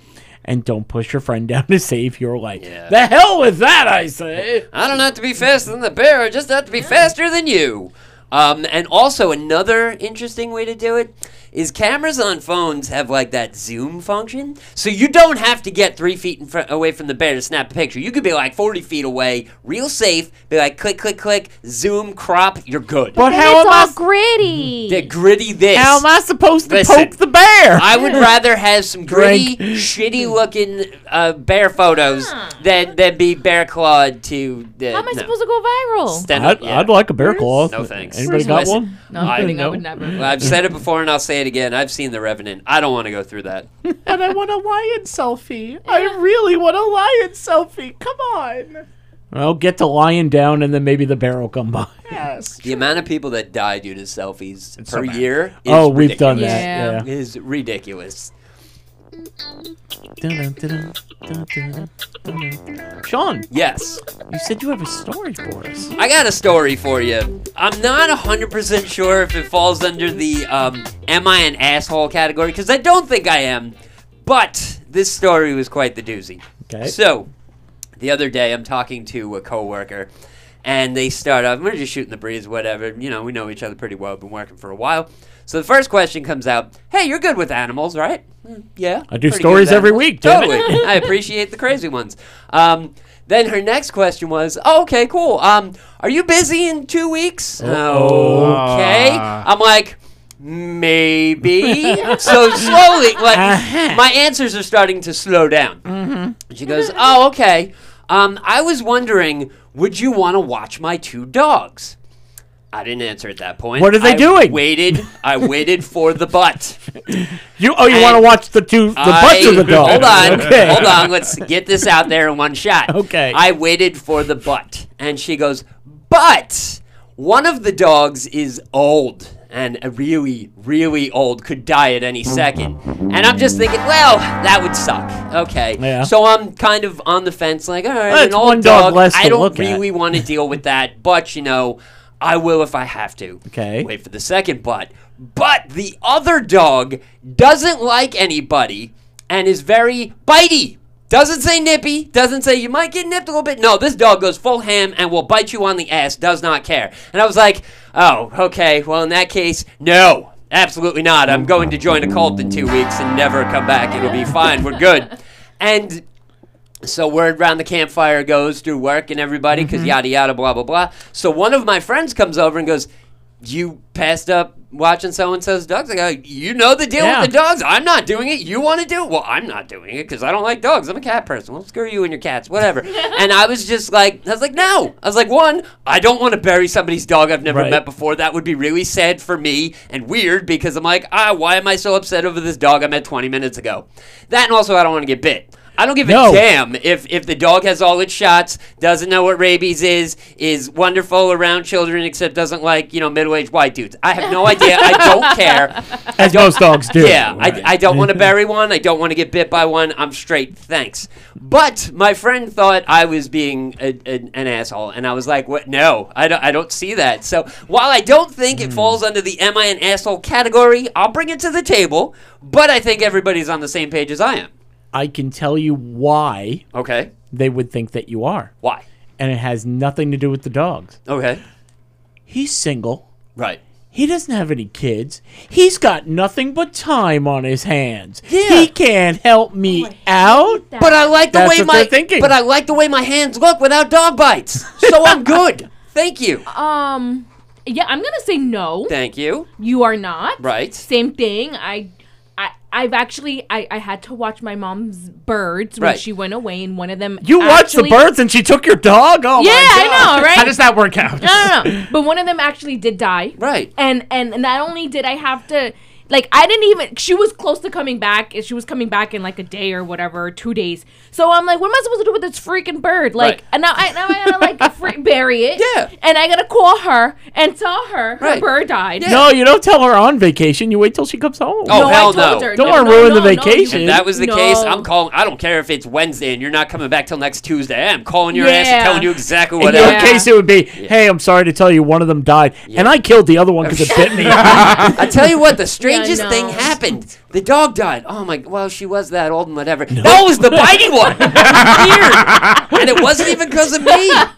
Speaker 1: and don't push your friend down to save your life.
Speaker 4: Yeah.
Speaker 1: The hell with that, I say.
Speaker 4: I don't have to be faster than the bear. I just have to be faster than you. Um, and also another interesting way to do it is cameras on phones have like that zoom function, so you don't have to get three feet in front away from the bear to snap a picture. You could be like forty feet away, real safe. Be like click, click, click, zoom, crop. You're good.
Speaker 1: But
Speaker 2: And
Speaker 1: how
Speaker 2: it's
Speaker 1: am I?
Speaker 2: all gritty.
Speaker 4: The gritty this.
Speaker 1: How am I supposed to
Speaker 4: Listen.
Speaker 1: poke the bear?
Speaker 4: I would rather have some gritty,
Speaker 1: Drink.
Speaker 4: shitty looking uh, bear photos than, than be bear clawed to. Uh,
Speaker 2: How am I supposed to go viral?
Speaker 4: stand
Speaker 1: I'd,
Speaker 4: up? Yeah.
Speaker 1: I'd like a bear claw.
Speaker 4: No thanks.
Speaker 1: Anybody got
Speaker 4: Listen,
Speaker 1: one?
Speaker 2: No, I'm
Speaker 4: I-
Speaker 2: kidding. I
Speaker 1: no.
Speaker 2: would never.
Speaker 4: Well, I've said it before and I'll say it again. I've seen The Revenant. I don't want to go through that.
Speaker 3: But I want a lion selfie. I really want a lion selfie. Come on.
Speaker 1: Well, get the lion down, and then maybe the bear will come by.
Speaker 3: Yes.
Speaker 4: The amount of people that die due to selfies
Speaker 3: It's
Speaker 4: per
Speaker 3: so bad.
Speaker 4: year is
Speaker 1: oh, we've done
Speaker 4: ridiculous.
Speaker 1: that.
Speaker 2: Yeah.
Speaker 1: Yeah.
Speaker 4: Is ridiculous.
Speaker 1: Dun, dun, dun, dun, dun, dun, dun. Sean,
Speaker 4: Yes.
Speaker 1: you said you have a story for us.
Speaker 4: I got a story for you. I'm not 100% sure if it falls under the um, am I an asshole category because I don't think I am. But this story was quite the doozy.
Speaker 1: Okay.
Speaker 4: So, the other day I'm talking to a coworker and they start off, we're just shooting the breeze, whatever. You know, we know each other pretty well, been working for a while. So the first question comes out, hey, you're good with animals, right? "Mm, Yeah.
Speaker 1: I do
Speaker 4: pretty good
Speaker 1: stories
Speaker 4: with
Speaker 1: every
Speaker 4: animals."
Speaker 1: week, damn it.
Speaker 4: Totally. I appreciate the crazy ones. Um, then her next question was, oh, okay, cool. Um, are you busy in two weeks?
Speaker 1: Uh-oh.
Speaker 4: Okay. I'm like, maybe. so slowly, like,
Speaker 1: Uh-huh.
Speaker 4: my answers are starting to slow down. And she goes, oh, okay. Um, I was wondering, would you want to watch my two dogs? I didn't answer at that point.
Speaker 1: What are they
Speaker 4: I
Speaker 1: doing?
Speaker 4: Waited. I waited for the butt.
Speaker 1: You oh, you want to
Speaker 4: I-
Speaker 1: watch the two the butts
Speaker 4: I-
Speaker 1: of the dog?
Speaker 4: Hold on.
Speaker 1: Okay.
Speaker 4: Hold on. Let's get this out there in one shot.
Speaker 1: Okay.
Speaker 4: I waited for the butt. And she goes, But one of the dogs is old and a really, really old, could die at any second. And I'm just thinking, well, that would suck. Okay.
Speaker 1: Yeah.
Speaker 4: So I'm kind of on the fence, like, all right,
Speaker 1: That's
Speaker 4: an old
Speaker 1: one dog less
Speaker 4: I
Speaker 1: to
Speaker 4: don't
Speaker 1: look at.
Speaker 4: really want to deal with that, but you know, I will if I have to.
Speaker 1: Okay.
Speaker 4: Wait for the second butt. But the other dog doesn't like anybody and is very bitey. Doesn't say nippy, doesn't say you might get nipped a little bit. No, this dog goes full ham and will bite you on the ass, does not care. And I was like, oh, okay, well, in that case, no, absolutely not. I'm going to join a cult in two weeks and never come back. It'll be fine. We're good. And so word round the campfire goes through work and everybody
Speaker 1: Mm-hmm.
Speaker 4: because yada yada blah blah blah. So one of my friends comes over and goes, "You passed up watching so and so's dogs." I go, "You know the deal
Speaker 1: Yeah.
Speaker 4: with the dogs. I'm not doing it. You want to do it? Well, I'm not doing it because I don't like dogs. I'm a cat person. Well, screw you and your cats, whatever." and I was just like, I was like, no. I was like, one, I don't want to bury somebody's dog I've never
Speaker 1: Right.
Speaker 4: met before. That would be really sad for me and weird because I'm like, ah, why am I so upset over this dog I met 20 minutes ago? That and also I don't want to get bit. I don't give
Speaker 1: No.
Speaker 4: a damn if, if the dog has all its shots, doesn't know what rabies is, is wonderful around children, except doesn't like, you know, middle aged white dudes. I have no idea. I don't care.
Speaker 1: As most dogs do.
Speaker 4: Yeah, I, I don't want to bury one. I don't want to get bit by one. I'm straight. Thanks. But my friend thought I was being a, a- an asshole, and I was like, "What? No, I don't. I don't see that." So while I don't think it falls under the "Am I an asshole?" category, I'll bring it to the table. But I think everybody's on the same page as I am.
Speaker 1: I can tell you why
Speaker 4: Okay.
Speaker 1: they would think that you are,
Speaker 4: Why?
Speaker 1: and it has nothing to do with the dogs.
Speaker 4: Okay.
Speaker 1: He's single.
Speaker 4: Right.
Speaker 1: He doesn't have any kids. He's got nothing but time on his hands.
Speaker 4: Yeah.
Speaker 1: He can't help me
Speaker 2: Oh, I hate
Speaker 1: out.
Speaker 2: that.
Speaker 4: But I like the
Speaker 1: That's
Speaker 4: way
Speaker 1: what
Speaker 4: my
Speaker 1: they're thinking.
Speaker 4: but I like the way my hands look without dog bites. So I'm good. Thank you.
Speaker 2: Um. Yeah, I'm gonna say no.
Speaker 4: Thank you.
Speaker 2: You are not.
Speaker 4: Right.
Speaker 2: Same thing. I. I, I've actually I, I had to watch my mom's birds when
Speaker 4: Right.
Speaker 2: she went away and one of them
Speaker 1: You watched the
Speaker 2: actually-
Speaker 1: birds and she took your dog? Oh, my
Speaker 2: Yeah,
Speaker 1: God.
Speaker 2: I know, right?
Speaker 3: How does that work out?
Speaker 2: no, no, no. But one of them actually did die.
Speaker 4: Right.
Speaker 2: And and not only did I have to like I didn't even she was close to coming back. and She was coming back in like a day or whatever, or two days. So I'm like, what am I supposed to do with this freaking bird? Like,
Speaker 4: Right.
Speaker 2: and now I now I gotta like fr- bury it.
Speaker 4: Yeah.
Speaker 2: And I gotta call her and tell her her
Speaker 4: Right.
Speaker 2: bird died.
Speaker 4: Yeah.
Speaker 1: No, you don't tell her on vacation. You wait till she comes home.
Speaker 4: Oh, hell no.
Speaker 1: Don't wanna ruin the
Speaker 2: you-
Speaker 1: vacation.
Speaker 4: If that was the
Speaker 2: No.
Speaker 4: case, I'm calling. I don't care if it's Wednesday and you're not coming back till next Tuesday. I'm calling your ass
Speaker 2: Yeah.
Speaker 4: and telling you exactly
Speaker 1: In
Speaker 4: what
Speaker 1: your
Speaker 2: Yeah.
Speaker 4: happened.
Speaker 1: case, it would be, hey, I'm sorry to tell you, one of them died, and I killed the other one because it bit me.
Speaker 4: I tell you what, the strangest
Speaker 2: no.
Speaker 4: thing happened. The dog died. Oh my! Well, she was that old and whatever. No, it was the bitey one. Weird. And it wasn't even because of me.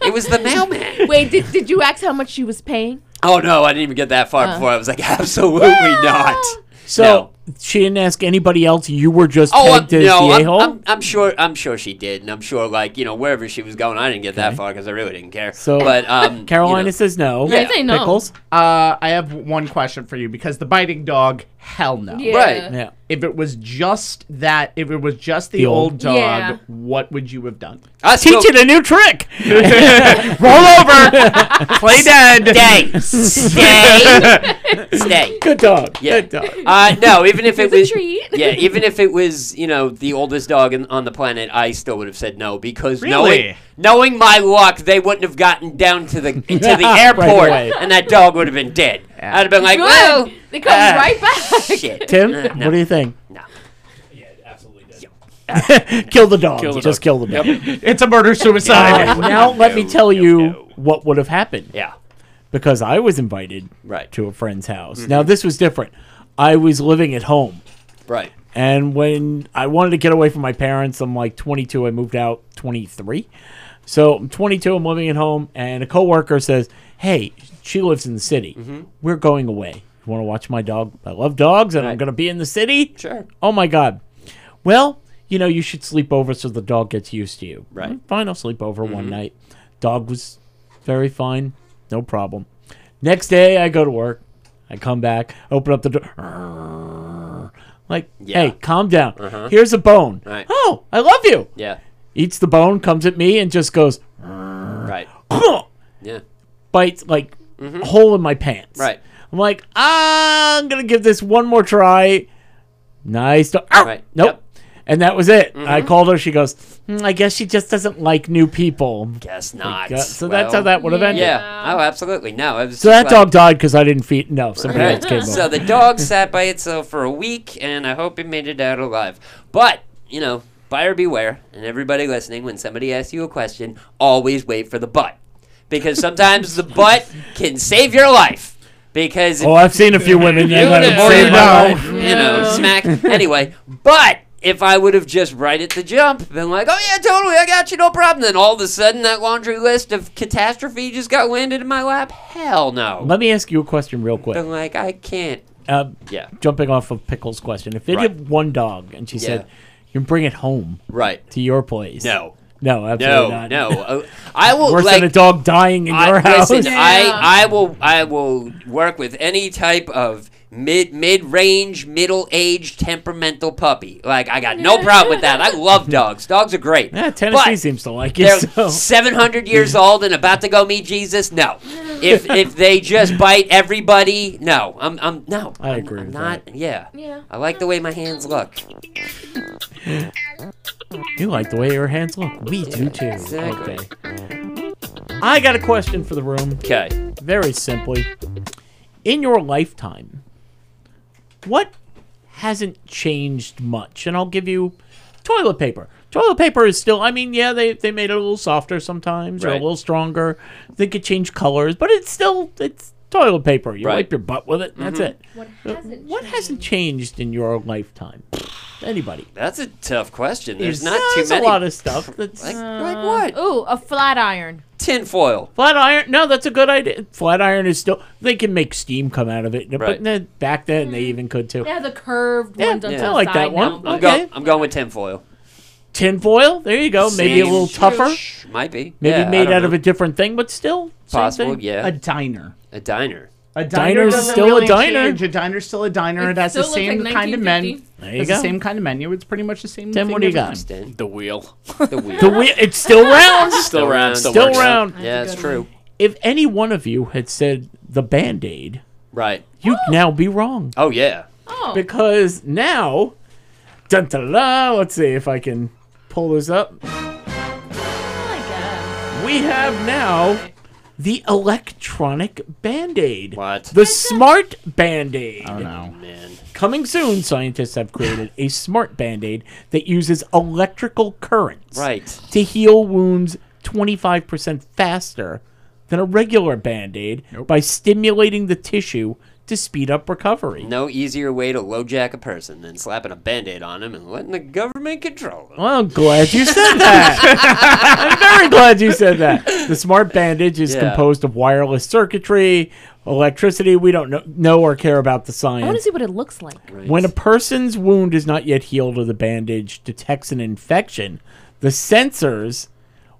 Speaker 4: It was the mailman.
Speaker 2: Wait, did, did you ask how much she was paying?
Speaker 4: Oh no! I didn't even get that far before I was like, absolutely not.
Speaker 1: So she didn't ask anybody else. You were just
Speaker 4: Oh I'm,
Speaker 1: pegged as
Speaker 4: no!
Speaker 1: the
Speaker 4: I'm,
Speaker 1: a-hole?
Speaker 4: I'm, I'm sure. I'm sure she did, and I'm sure, like you know, wherever she was going, I didn't get that far because I really didn't care.
Speaker 1: So-
Speaker 4: but um,
Speaker 1: Carolina
Speaker 4: you know.
Speaker 1: says no.
Speaker 2: Yeah. I say no.
Speaker 1: Pickles?
Speaker 3: Uh, I have one question for you because the biting dog, hell no.
Speaker 2: Yeah.
Speaker 4: Right.
Speaker 1: Yeah.
Speaker 3: if it was just that, if it was just the,
Speaker 1: The old-
Speaker 3: old dog,
Speaker 2: Yeah.
Speaker 3: what would you have done?
Speaker 4: I
Speaker 1: Teach it a new trick. Roll over.
Speaker 3: Play dead.
Speaker 4: Stay. Stay. Stay.
Speaker 1: Good dog.
Speaker 4: Yeah.
Speaker 1: Good dog.
Speaker 4: Uh, no, even if it
Speaker 2: Here's a
Speaker 4: was
Speaker 2: treat.
Speaker 4: yeah, even if it was you know the oldest dog in, on the planet, I still would have said no because knowing
Speaker 3: Really?
Speaker 4: knowing my luck, they wouldn't have gotten down to the to the
Speaker 1: Right
Speaker 4: airport,
Speaker 1: away.
Speaker 4: and that dog would have been dead. I'd have been like,
Speaker 2: Good.
Speaker 4: well,
Speaker 2: it comes
Speaker 4: uh,
Speaker 2: right back.
Speaker 4: shit.
Speaker 1: Tim,
Speaker 4: Uh, no,
Speaker 1: what do you think?
Speaker 4: no.
Speaker 5: Yeah, absolutely does.
Speaker 1: Kill the dog.
Speaker 5: Kill the
Speaker 1: Just
Speaker 5: dog.
Speaker 1: kill the dog.
Speaker 3: It's a murder
Speaker 1: Uh,
Speaker 3: suicide.
Speaker 1: now let me tell you
Speaker 5: no.
Speaker 1: what would have happened
Speaker 4: Yeah,
Speaker 1: because I was invited
Speaker 4: Right. Mm-hmm.
Speaker 1: to a friend's house. Now this was different. I was living at home,
Speaker 4: right.
Speaker 1: and when I wanted to get away from my parents, I'm like 22. I moved out 23, so I'm 22. I'm living at home, and a coworker says, "Hey, she lives in the city.
Speaker 4: Mm-hmm.
Speaker 1: We're going away. You want to watch my dog? I love dogs, and I'm
Speaker 4: Right.
Speaker 1: going to be in the city.
Speaker 4: Sure.
Speaker 1: Oh my god. Well, you know, you should sleep over so the dog gets used to you.
Speaker 4: Right. Mm-hmm.
Speaker 1: Mm, Fine, I'll sleep over one night. Dog was very fine. No problem. Next day I go to work. I come back, open up the door. Like,
Speaker 4: Yeah. Uh-huh.
Speaker 1: hey, calm down. Here's a bone.
Speaker 4: Right.
Speaker 1: Oh, I love you.
Speaker 4: Yeah,
Speaker 1: Eats the bone, comes at me, and just goes,
Speaker 4: right. Yeah,
Speaker 1: bites like hole in my pants.
Speaker 4: Mm-hmm. Right.
Speaker 1: I'm like, "Ah, I'm gonna give this one more try. Nice. To- Ow!
Speaker 4: Right.
Speaker 1: Nope.
Speaker 4: Yep. Mm-hmm.
Speaker 1: And that was it. I called her. She goes, "Hmm, I guess she just doesn't like new people.
Speaker 4: guess not.
Speaker 1: Yeah, so
Speaker 4: Well,
Speaker 1: that's how that would have ended.
Speaker 4: Yeah. Oh, absolutely. No. It was
Speaker 1: So that
Speaker 4: just
Speaker 1: dog
Speaker 4: like-
Speaker 1: died because I didn't feed. No, somebody
Speaker 4: Right.
Speaker 1: else came
Speaker 4: So
Speaker 1: over.
Speaker 4: the dog sat by itself for a week, and I hope it made it out alive. But, you know, buyer beware, and everybody listening, when somebody asks you a question, always wait for the but. Because sometimes the but can save your life. Because if
Speaker 1: Oh, I've seen a few women.
Speaker 4: you
Speaker 1: that have
Speaker 4: would've-
Speaker 1: saved my life.
Speaker 4: you know,
Speaker 2: Yeah.
Speaker 4: smack. Anyway, but if I would have just right at the jump been like, oh yeah, totally, I got you, no problem, then all of a sudden that laundry list of catastrophe just got landed in my lap. Hell no.
Speaker 1: Let me ask you a question real quick.
Speaker 4: Been like, I can't.
Speaker 1: Uh,
Speaker 4: Yeah.
Speaker 1: jumping off of Pickle's question, if they
Speaker 4: Right.
Speaker 1: had one dog and she said,
Speaker 4: Yeah.
Speaker 1: "You can bring it home
Speaker 4: Right.
Speaker 1: to your place,"
Speaker 4: No.
Speaker 1: no,
Speaker 4: No,
Speaker 1: absolutely not.
Speaker 4: no. Uh, I will
Speaker 1: Worse
Speaker 4: like.
Speaker 1: than a dog dying in
Speaker 4: I,
Speaker 1: your house.
Speaker 4: Listen,
Speaker 2: Yeah.
Speaker 4: I, I will I will work with any type of mid mid range middle aged temperamental puppy. Like I got no problem with that. I love dogs. Dogs are great.
Speaker 1: Yeah, Tennessee
Speaker 4: But
Speaker 1: seems to like
Speaker 4: they're
Speaker 1: it. So.
Speaker 4: 700 years old and about to go meet Jesus. No, if if they just bite everybody, no, I'm I'm no.
Speaker 1: I
Speaker 4: I'm-
Speaker 1: agree
Speaker 4: I'm
Speaker 1: with
Speaker 4: not. Yeah.
Speaker 2: Yeah.
Speaker 4: I like the way my hands look.
Speaker 1: You like the way your hands look. We do too.
Speaker 4: exactly.
Speaker 1: Okay. I got a question for the room.
Speaker 4: Okay.
Speaker 1: Very simply. In your lifetime, what hasn't changed much? And I'll give you toilet paper. Toilet paper is still, I mean, yeah, they, they made it a little softer sometimes or a
Speaker 4: Right.
Speaker 1: little stronger. They could change colors, but it's still, it's toilet paper. You
Speaker 4: Right. Mm-hmm.
Speaker 1: wipe your butt with it, and that's it.
Speaker 2: What
Speaker 1: Uh,
Speaker 2: hasn't
Speaker 1: What hasn't changed in your lifetime? Anybody?
Speaker 4: That's a tough question. There's
Speaker 1: No,
Speaker 4: not too
Speaker 1: there's
Speaker 4: many.
Speaker 1: a lot of stuff. That's
Speaker 4: like,
Speaker 2: Uh,
Speaker 4: like what?
Speaker 2: Ooh, a flat iron.
Speaker 4: tinfoil.
Speaker 1: flat iron. No, that's a good idea. Flat iron is still. They can make steam come out of it,
Speaker 4: Right.
Speaker 1: but then, back then they even could too.
Speaker 2: It has a curved
Speaker 1: Yeah,
Speaker 2: one done
Speaker 1: yeah.
Speaker 2: to
Speaker 1: I
Speaker 2: the
Speaker 1: like
Speaker 2: side
Speaker 1: that one.
Speaker 2: now.
Speaker 4: I'm,
Speaker 1: Okay.
Speaker 4: go- I'm going with tinfoil.
Speaker 1: Tinfoil. There you go. Maybe a
Speaker 4: Same.
Speaker 1: little tougher.
Speaker 4: Shh, Might be.
Speaker 1: Maybe
Speaker 4: Yeah, I
Speaker 1: made
Speaker 4: don't
Speaker 1: out of
Speaker 4: know.
Speaker 1: a different thing, but still same
Speaker 4: possible.
Speaker 1: thing.
Speaker 4: Yeah,
Speaker 3: a
Speaker 4: a,
Speaker 3: diner.
Speaker 4: diner.
Speaker 3: A
Speaker 1: Diner's
Speaker 3: doesn't
Speaker 1: still a diner.
Speaker 3: change. A diner's still a diner.
Speaker 2: It
Speaker 3: it has the
Speaker 2: still looks
Speaker 3: same
Speaker 2: like
Speaker 3: kind of menu.
Speaker 2: 1950.
Speaker 1: There you
Speaker 3: It's
Speaker 1: go.
Speaker 3: the same kind of menu. It's pretty much the same.
Speaker 1: Tim,
Speaker 3: thing
Speaker 1: what do you
Speaker 3: every
Speaker 1: got?
Speaker 3: time.
Speaker 4: Stand.
Speaker 5: The wheel.
Speaker 4: The wheel.
Speaker 1: The wheel. It's still round.
Speaker 5: Still round. Still,
Speaker 1: Still
Speaker 5: works.
Speaker 1: round.
Speaker 4: Yeah,
Speaker 2: That's a
Speaker 4: it's
Speaker 2: good
Speaker 4: true.
Speaker 1: if any one of you had said the band aid,
Speaker 4: Right.
Speaker 1: you'd now be wrong.
Speaker 4: Oh yeah.
Speaker 2: Oh,
Speaker 1: because now, dun, dun, dun, let's see if I can pull this up.
Speaker 2: I guess.
Speaker 1: We have now the electronic band aid.
Speaker 4: What?
Speaker 1: The smart band aid.
Speaker 3: I don't know.
Speaker 4: Man.
Speaker 1: Coming soon, scientists have created a smart band aid that uses electrical currents
Speaker 4: Right.
Speaker 1: to heal wounds 25% faster than a regular band aid by stimulating the tissue to speed up recovery.
Speaker 4: No easier way to lowjack a person than slapping a band-aid on him and letting the government control him.
Speaker 1: Well, I'm glad you said that. I'm very glad you said that. The smart bandage is
Speaker 4: Yeah.
Speaker 1: composed of wireless circuitry, electricity. We don't know, know or care about the
Speaker 2: I want to
Speaker 1: science.
Speaker 2: see what it looks like.
Speaker 4: Right.
Speaker 1: When a person's wound is not yet healed or the bandage detects an infection, the sensors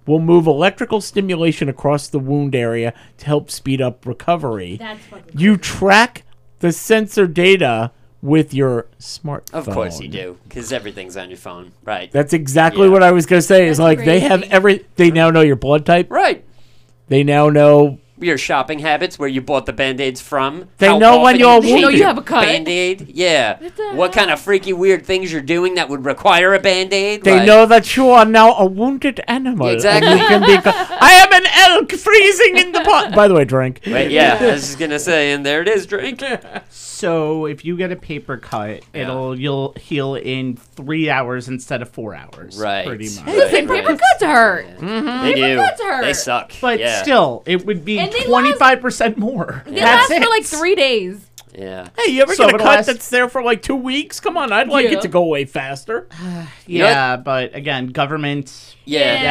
Speaker 1: will move electrical stimulation across the wound area to help speed up recovery.
Speaker 2: That's fucking.
Speaker 1: you track the sensor data with your smartphone.
Speaker 4: Of course you do, because everything's on your phone, right?
Speaker 1: That's exactly
Speaker 4: Yeah.
Speaker 1: what I was gonna say. Is
Speaker 2: That's
Speaker 1: like they have
Speaker 2: crazy.
Speaker 1: every. They now know your blood type.
Speaker 4: right.
Speaker 1: They now know.
Speaker 4: Your shopping habits, where you bought the band-aids from.
Speaker 1: They
Speaker 4: how
Speaker 1: know when
Speaker 4: often
Speaker 1: you're
Speaker 4: need
Speaker 1: wounded.
Speaker 2: They know you have a cut.
Speaker 4: Band-aid, yeah.
Speaker 2: What the
Speaker 4: What kind
Speaker 2: hell?
Speaker 4: of freaky, weird things you're doing that would require a band-aid?
Speaker 1: They
Speaker 4: like-
Speaker 1: know that you are now a wounded animal. and
Speaker 4: Exactly.
Speaker 1: you can be. ca- I am an elk freezing in the pot. By the way, drink.
Speaker 4: Wait, yeah, I was just gonna say, and there it is, drink.
Speaker 3: So if you get a paper cut, it'll you'll heal in three hours instead of four hours.
Speaker 4: Right.
Speaker 3: Pretty much.
Speaker 4: Right,
Speaker 2: Listen,
Speaker 4: right.
Speaker 2: paper cuts hurt.
Speaker 4: They do.
Speaker 2: cuts Mm, hurt.
Speaker 4: They suck.
Speaker 3: But
Speaker 4: yeah.
Speaker 3: still, it would be
Speaker 2: And they
Speaker 3: twenty five percent more.
Speaker 2: They
Speaker 3: That's
Speaker 2: last
Speaker 3: it.
Speaker 2: for like three days.
Speaker 4: yeah.
Speaker 1: Hey, you ever
Speaker 3: So
Speaker 1: get a
Speaker 3: it'll
Speaker 1: cut
Speaker 3: last-
Speaker 1: that's there for like two weeks? Come on, I'd like
Speaker 2: Yeah.
Speaker 1: it to go away faster.
Speaker 4: know
Speaker 3: Yeah, but again, government.
Speaker 4: Yeah.
Speaker 2: Yeah,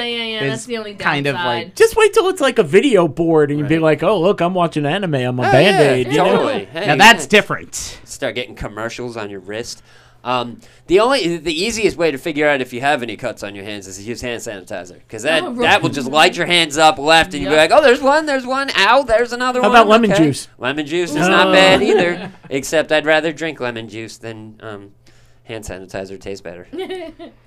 Speaker 3: that
Speaker 2: yeah, yeah, that's
Speaker 3: is
Speaker 2: the only
Speaker 3: kind of
Speaker 2: downside.
Speaker 3: like-
Speaker 1: Just wait till it's like a video board and you'd be
Speaker 4: Right.
Speaker 1: like, oh, look, I'm watching anime. I'm a
Speaker 4: Oh,
Speaker 1: band aid.
Speaker 4: yeah,
Speaker 1: You know?
Speaker 4: Totally. Hey,
Speaker 3: now that's
Speaker 4: yeah.
Speaker 3: different.
Speaker 4: start getting commercials on your wrist. Um, the only the easiest way to figure out if you have any cuts on your hands is to use hand sanitizer because that
Speaker 2: Oh, right.
Speaker 4: that will just light your hands up left and you'll be
Speaker 2: Yep.
Speaker 4: like, oh, there's one, there's one, ow, there's another
Speaker 1: How
Speaker 4: one.
Speaker 1: about lemon juice?
Speaker 4: Lemon juice is not bad either. Except I'd rather drink lemon juice than um, hand sanitizer. Tastes better.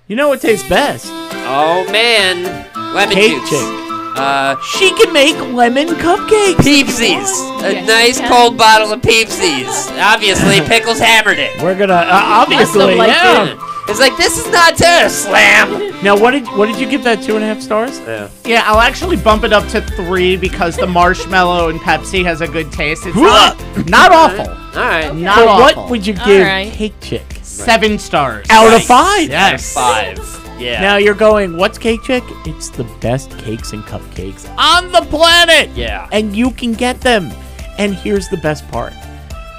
Speaker 1: You know what tastes best?
Speaker 4: oh man, lemon
Speaker 1: Cake
Speaker 4: juice.
Speaker 1: chick.
Speaker 4: Uh,
Speaker 1: She can make lemon cupcakes.
Speaker 4: Peepsies, a
Speaker 2: Yes,
Speaker 4: nice
Speaker 2: yes.
Speaker 4: cold bottle of Peepsies. Obviously, pickles hammered it.
Speaker 1: We're gonna uh, obviously.
Speaker 2: like
Speaker 1: yeah.
Speaker 4: It's like this is not terror slam.
Speaker 1: Now, what did what did you give that two and a half stars?
Speaker 4: Yeah.
Speaker 3: Yeah, I'll actually bump it up to three because the marshmallow and Pepsi has a good taste. It's not, not awful.
Speaker 4: All right.
Speaker 3: Not
Speaker 1: so
Speaker 3: awful.
Speaker 1: what would you
Speaker 2: All
Speaker 1: give
Speaker 2: right.
Speaker 1: Cake Chick?
Speaker 3: Seven stars.
Speaker 1: Out
Speaker 4: Right.
Speaker 1: of five.
Speaker 3: Yes.
Speaker 4: Five. Yeah.
Speaker 1: Now you're going. What's Cake Chick? It's the best cakes and cupcakes on the planet.
Speaker 4: yeah.
Speaker 1: and you can get them. And here's the best part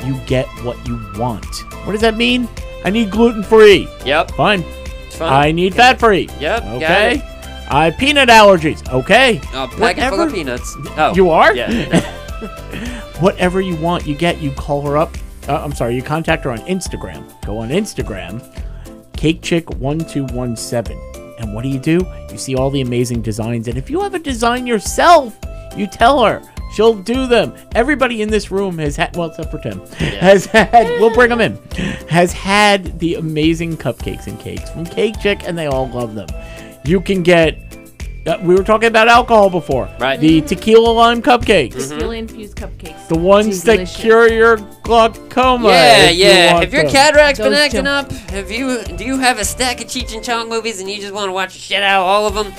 Speaker 1: you get what you want. What does that mean? I need gluten free.
Speaker 4: Yep.
Speaker 1: Fine.
Speaker 4: It's fine.
Speaker 1: I need fat free.
Speaker 4: Uh, Yep, got
Speaker 1: Okay.
Speaker 4: it.
Speaker 1: I peanut allergies. Okay.
Speaker 4: A packet Oh, full
Speaker 1: Whatever.
Speaker 4: of peanuts. Oh.
Speaker 1: You are?
Speaker 4: Yeah.
Speaker 1: Whatever you want, you get. You call her up. Uh, I'm sorry, you contact her on Instagram. Go on Instagram, cakechick1217. And what do you do? You see all the amazing designs. And if you have a design yourself, you tell her. She'll do them. Everybody in this room has had, well, except for Tim, has had, we'll bring them in, has had the amazing cupcakes and cakes from Cake Chick, and they all love them. You can get, uh, we were talking about alcohol before.
Speaker 4: Right.
Speaker 1: The tequila lime cupcakes.
Speaker 4: Mm-hmm.
Speaker 2: Tequila infused cupcakes.
Speaker 1: The ones
Speaker 2: Delicious.
Speaker 1: that cure your glaucoma.
Speaker 4: Yeah,
Speaker 1: if you
Speaker 4: yeah.
Speaker 1: want
Speaker 4: If your
Speaker 1: them.
Speaker 4: cataract's been
Speaker 2: Those
Speaker 4: acting
Speaker 2: two.
Speaker 4: up, have you do you have a stack of Cheech and Chong movies and you just want to watch the shit out of all of them?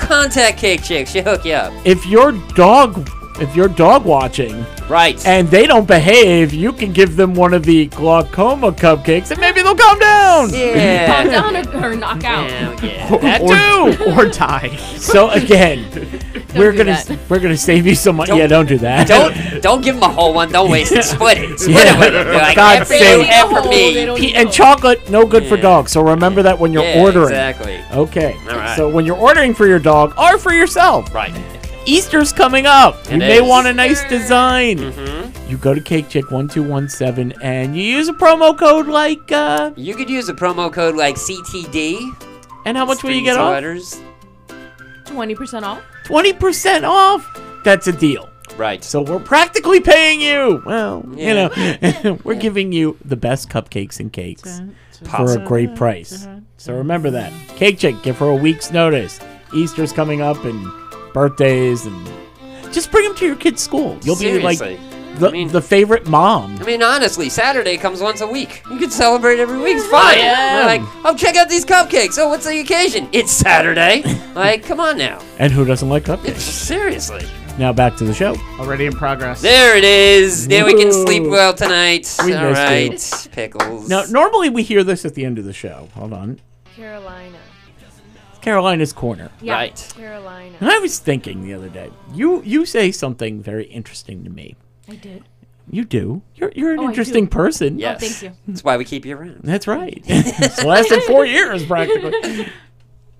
Speaker 4: Contact Cake Chick. She'll hook you up.
Speaker 1: If your dog, if you're dog watching
Speaker 4: Right.
Speaker 1: and they don't behave, you can give them one of the glaucoma cupcakes and maybe they'll calm down.
Speaker 2: Calm
Speaker 4: yeah.
Speaker 2: down or, or knock out.
Speaker 4: Yeah, yeah.
Speaker 1: That too.
Speaker 3: or, or die.
Speaker 1: So again, we're
Speaker 2: do
Speaker 1: gonna
Speaker 2: that.
Speaker 1: we're gonna save you some money.
Speaker 4: Don't-
Speaker 1: yeah, don't do that.
Speaker 4: Don't don't give them a whole one. Don't waste it. Split it. Split
Speaker 1: Yeah.
Speaker 4: it with them. Be like,
Speaker 1: God's
Speaker 4: after you,
Speaker 1: sake.
Speaker 4: after
Speaker 2: Oh, they don't
Speaker 4: me.
Speaker 1: Pe- and chocolate, no good for
Speaker 4: Yeah.
Speaker 1: dogs. So remember that when you're
Speaker 4: Yeah,
Speaker 1: ordering.
Speaker 4: Exactly.
Speaker 1: Okay.
Speaker 4: All right.
Speaker 1: So when you're ordering for your dog or for yourself,
Speaker 4: Right.
Speaker 1: Easter's coming up. you
Speaker 4: It
Speaker 1: may
Speaker 4: is.
Speaker 1: want a nice
Speaker 2: Easter.
Speaker 1: design.
Speaker 4: hmm
Speaker 1: you go to cakechick1217 and you use a promo code like uh
Speaker 4: You could use a promo code like CTD.
Speaker 1: and how much will you
Speaker 4: Three
Speaker 1: get off
Speaker 4: sweaters.
Speaker 2: 20% off.
Speaker 1: 20% off that's a deal
Speaker 4: Right.
Speaker 1: so we're practically paying you well
Speaker 4: Yeah.
Speaker 1: you know we're giving you the best cupcakes and cakes for a great price so remember that cake chick give her a week's notice easter's coming up and birthdays and just bring them to your kid's school you'll
Speaker 4: Seriously.
Speaker 1: be like the,
Speaker 4: I mean-
Speaker 1: the favorite mom
Speaker 4: I mean, honestly, Saturday comes once a week. You can celebrate every week. It's fine.
Speaker 1: Yeah.
Speaker 4: We're Like, oh, check out these cupcakes. Oh, what's the occasion? It's Saturday. like, come on now.
Speaker 1: and who doesn't like cupcakes
Speaker 4: Seriously.
Speaker 1: now back to the show
Speaker 3: Already in progress.
Speaker 4: There it is. Now we can
Speaker 1: Woo.
Speaker 4: sleep well tonight.
Speaker 1: We
Speaker 4: All
Speaker 1: missed
Speaker 4: right. Pickles.
Speaker 1: Now, normally we hear this at the end of the show. Hold on.
Speaker 6: Carolina.
Speaker 1: It's Carolina's Corner.
Speaker 2: Yeah.
Speaker 4: Right.
Speaker 6: Carolina.
Speaker 1: And I was thinking the other day, you you say something very interesting to me.
Speaker 2: I did.
Speaker 1: You do. You're, you're an
Speaker 2: Oh, I
Speaker 1: interesting
Speaker 2: do.
Speaker 1: person.
Speaker 4: Yes.
Speaker 2: thank you.
Speaker 4: That's why we keep you around.
Speaker 1: That's right. it's lasted four years practically.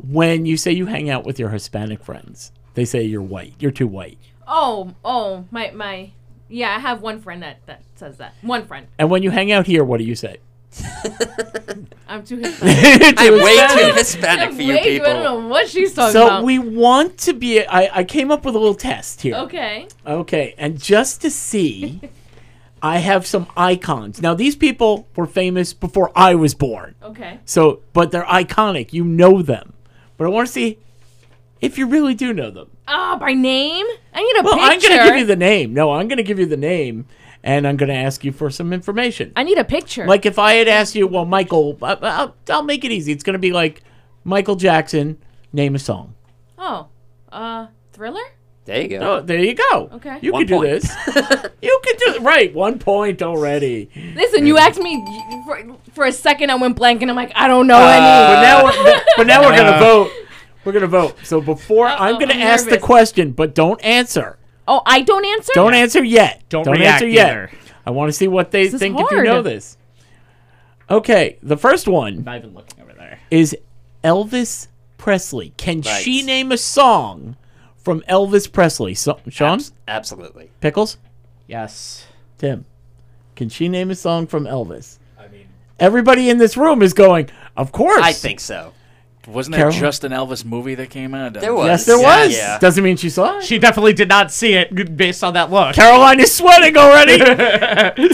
Speaker 1: When you say you hang out with your Hispanic friends, they say you're white. You're too white.
Speaker 2: Oh, oh, my, my. Yeah, I have one friend that, that says that. One friend.
Speaker 1: And when you hang out here, what do you say?
Speaker 2: I'm too Hispanic.
Speaker 4: I'm way too
Speaker 1: Hispanic.
Speaker 4: Hispanic
Speaker 2: I'm
Speaker 4: for you
Speaker 2: way too- I don't
Speaker 4: people.
Speaker 2: know what she's talking
Speaker 1: So
Speaker 2: about.
Speaker 1: we want to be. I, I came up with a little test here.
Speaker 2: okay.
Speaker 1: Okay, and just to see I have some icons. Now, these people were famous before I was born.
Speaker 2: Okay.
Speaker 1: So, but they're iconic. You know them. But I want to see if you really do know them.
Speaker 2: Ah, by name? I need a
Speaker 1: Well, I'm
Speaker 2: picture.
Speaker 1: going to give you the name. No, I'm going to give you the name and I'm going to ask you for some information.
Speaker 2: I need a picture.
Speaker 1: Like if I had asked you, well, Michael, I, I'll, I'll make it easy. It's going to be like Michael Jackson, name a song.
Speaker 2: oh, uh, Thriller?
Speaker 4: There you go.
Speaker 1: Oh, there you go.
Speaker 2: Okay.
Speaker 1: You
Speaker 4: One
Speaker 1: could do
Speaker 4: point.
Speaker 1: this. you could do right. One point already.
Speaker 2: Listen, you asked me for, for a second. I went blank, and I'm like, I don't know
Speaker 1: But
Speaker 2: any.
Speaker 1: now, we're, but now we're gonna
Speaker 3: Uh.
Speaker 1: vote. We're gonna vote. So before I'm
Speaker 2: Uh-oh,
Speaker 1: gonna
Speaker 2: I'm
Speaker 1: ask the
Speaker 2: nervous.
Speaker 1: question, but don't answer.
Speaker 2: Oh, I don't answer.
Speaker 1: Don't answer yet.
Speaker 3: Don't react
Speaker 1: answer yet.
Speaker 3: either.
Speaker 1: I want to see what they
Speaker 2: is
Speaker 1: think if you
Speaker 2: hard.
Speaker 1: know this. Okay, the first one
Speaker 3: Not even looking over there.
Speaker 1: is Elvis Presley. Can
Speaker 4: Right.
Speaker 1: she name a song from Elvis Presley? So, Sean
Speaker 4: Absolutely.
Speaker 1: Pickles,
Speaker 3: Yes.
Speaker 1: Tim, can she name a song from Elvis?
Speaker 5: I mean,
Speaker 1: Everybody in this room is going. Of course,
Speaker 4: I think so.
Speaker 6: Wasn't
Speaker 1: Carol?
Speaker 6: there just an Elvis movie that came out?
Speaker 4: There was.
Speaker 1: Yes, there
Speaker 4: Yeah.
Speaker 1: was.
Speaker 4: Yeah.
Speaker 1: Doesn't mean she saw it.
Speaker 3: She definitely did not see it g- based on that look.
Speaker 1: Caroline is sweating already.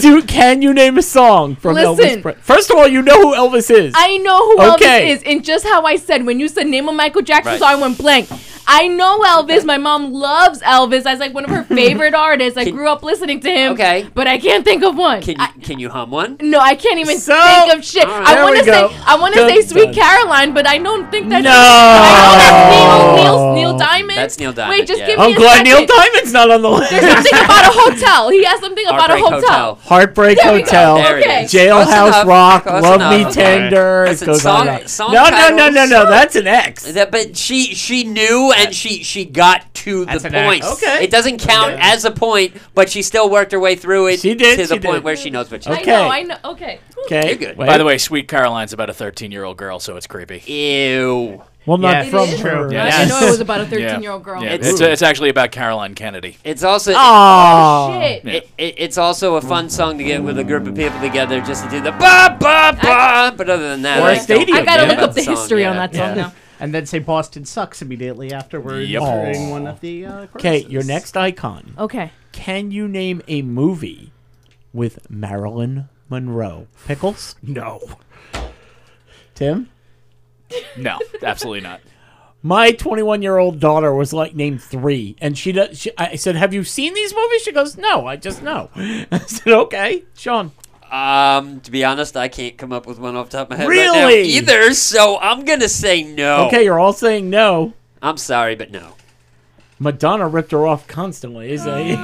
Speaker 1: Dude, can you name a song from Elvis?
Speaker 2: Listen.
Speaker 1: Pre- First of all, you know who Elvis is.
Speaker 2: I know who
Speaker 1: Okay.
Speaker 2: Elvis is, and just how I said when you said name of Michael Jackson,
Speaker 4: Right.
Speaker 2: so I went blank. I know Elvis. My mom loves Elvis. I was like one of her favorite artists. I
Speaker 4: Can-
Speaker 2: grew up listening to him.
Speaker 4: Okay.
Speaker 2: but I can't think of one.
Speaker 4: Can you
Speaker 2: I-
Speaker 4: can you hum one?
Speaker 2: no, I can't even
Speaker 1: So-
Speaker 2: think of shit.
Speaker 4: All right.
Speaker 2: I
Speaker 1: There
Speaker 2: want
Speaker 1: we
Speaker 2: to say
Speaker 1: go.
Speaker 2: I want to
Speaker 1: Dun,
Speaker 2: say Sweet
Speaker 1: dun.
Speaker 2: Caroline, but I don't think that's
Speaker 1: No.
Speaker 2: I know that's Neil, Neil, Neil Diamond.
Speaker 4: That's Neil Diamond,
Speaker 2: Wait, just
Speaker 4: yeah.
Speaker 2: give me
Speaker 1: am
Speaker 2: a
Speaker 1: glad
Speaker 2: second.
Speaker 1: Neil Diamond's not on the
Speaker 2: There's
Speaker 1: list.
Speaker 2: something about a hotel. He has something about
Speaker 4: Heartbreak
Speaker 2: a hotel.
Speaker 1: Heartbreak
Speaker 2: There we go.
Speaker 1: Hotel,
Speaker 4: Oh, There it
Speaker 2: Okay.
Speaker 4: is.
Speaker 1: Jailhouse
Speaker 4: That's enough.
Speaker 1: Rock,
Speaker 4: That's
Speaker 1: Love
Speaker 4: enough.
Speaker 1: Me
Speaker 4: Okay.
Speaker 1: Tender.
Speaker 4: Listen,
Speaker 1: it goes on.
Speaker 4: song-
Speaker 1: and on.
Speaker 4: song
Speaker 1: no, no, no, no, no.
Speaker 4: titles-
Speaker 1: That's an X.
Speaker 4: That, but she she knew and she she got to
Speaker 3: That's
Speaker 4: the
Speaker 3: an
Speaker 4: point.
Speaker 3: act.
Speaker 1: Okay.
Speaker 4: It doesn't count
Speaker 3: Okay.
Speaker 4: as a point, but she still worked her way through it
Speaker 1: She did,
Speaker 4: to the
Speaker 1: she
Speaker 4: point
Speaker 1: did.
Speaker 4: where she knows what she
Speaker 1: Okay.
Speaker 2: I know. I know. Okay.
Speaker 1: Okay.
Speaker 4: You're good.
Speaker 1: Wait.
Speaker 6: By the way, Sweet Caroline's about a 13 year old girl, so it's creepy.
Speaker 4: Ew.
Speaker 1: well, not
Speaker 3: Yes.
Speaker 1: from
Speaker 2: It is.
Speaker 1: her.
Speaker 3: Yes.
Speaker 2: I know it was about a 13 year old girl.
Speaker 6: Yeah,
Speaker 4: It's-
Speaker 6: It's, it's actually about Caroline Kennedy.
Speaker 4: It's also
Speaker 1: Oh. Aw.
Speaker 2: Shit.
Speaker 6: Yeah.
Speaker 4: it, it, it's also a fun song to get with a group of people together just to do the ba ba ba. But other than that,
Speaker 1: Or
Speaker 4: I
Speaker 1: a
Speaker 4: don't
Speaker 1: stadium,
Speaker 2: I gotta
Speaker 1: Yeah.
Speaker 4: care
Speaker 2: look
Speaker 4: about
Speaker 2: up the
Speaker 4: song,
Speaker 2: history on
Speaker 4: yeah.
Speaker 2: that song
Speaker 3: Yeah.
Speaker 2: now.
Speaker 3: And then say Boston sucks immediately afterwards
Speaker 6: Yep.
Speaker 3: during one of the uh,
Speaker 1: Okay,
Speaker 3: choruses.
Speaker 1: your next icon.
Speaker 2: Okay.
Speaker 1: Can you name a movie with Marilyn Monroe? Pickles?
Speaker 3: No.
Speaker 1: Tim?
Speaker 6: No, absolutely not.
Speaker 1: My 21 year old daughter was like named three, and she does. She, I said, "Have you seen these movies?" She goes, "No, I just know." I said, "Okay, Sean."
Speaker 4: Um, to be honest, I can't come up with one off the top of my head right now
Speaker 1: Really?
Speaker 4: either. So I'm gonna say
Speaker 6: Oh.
Speaker 4: no.
Speaker 1: Okay, you're all saying no.
Speaker 4: I'm sorry, but no.
Speaker 1: Madonna ripped her off constantly. Is a,
Speaker 2: Yeah.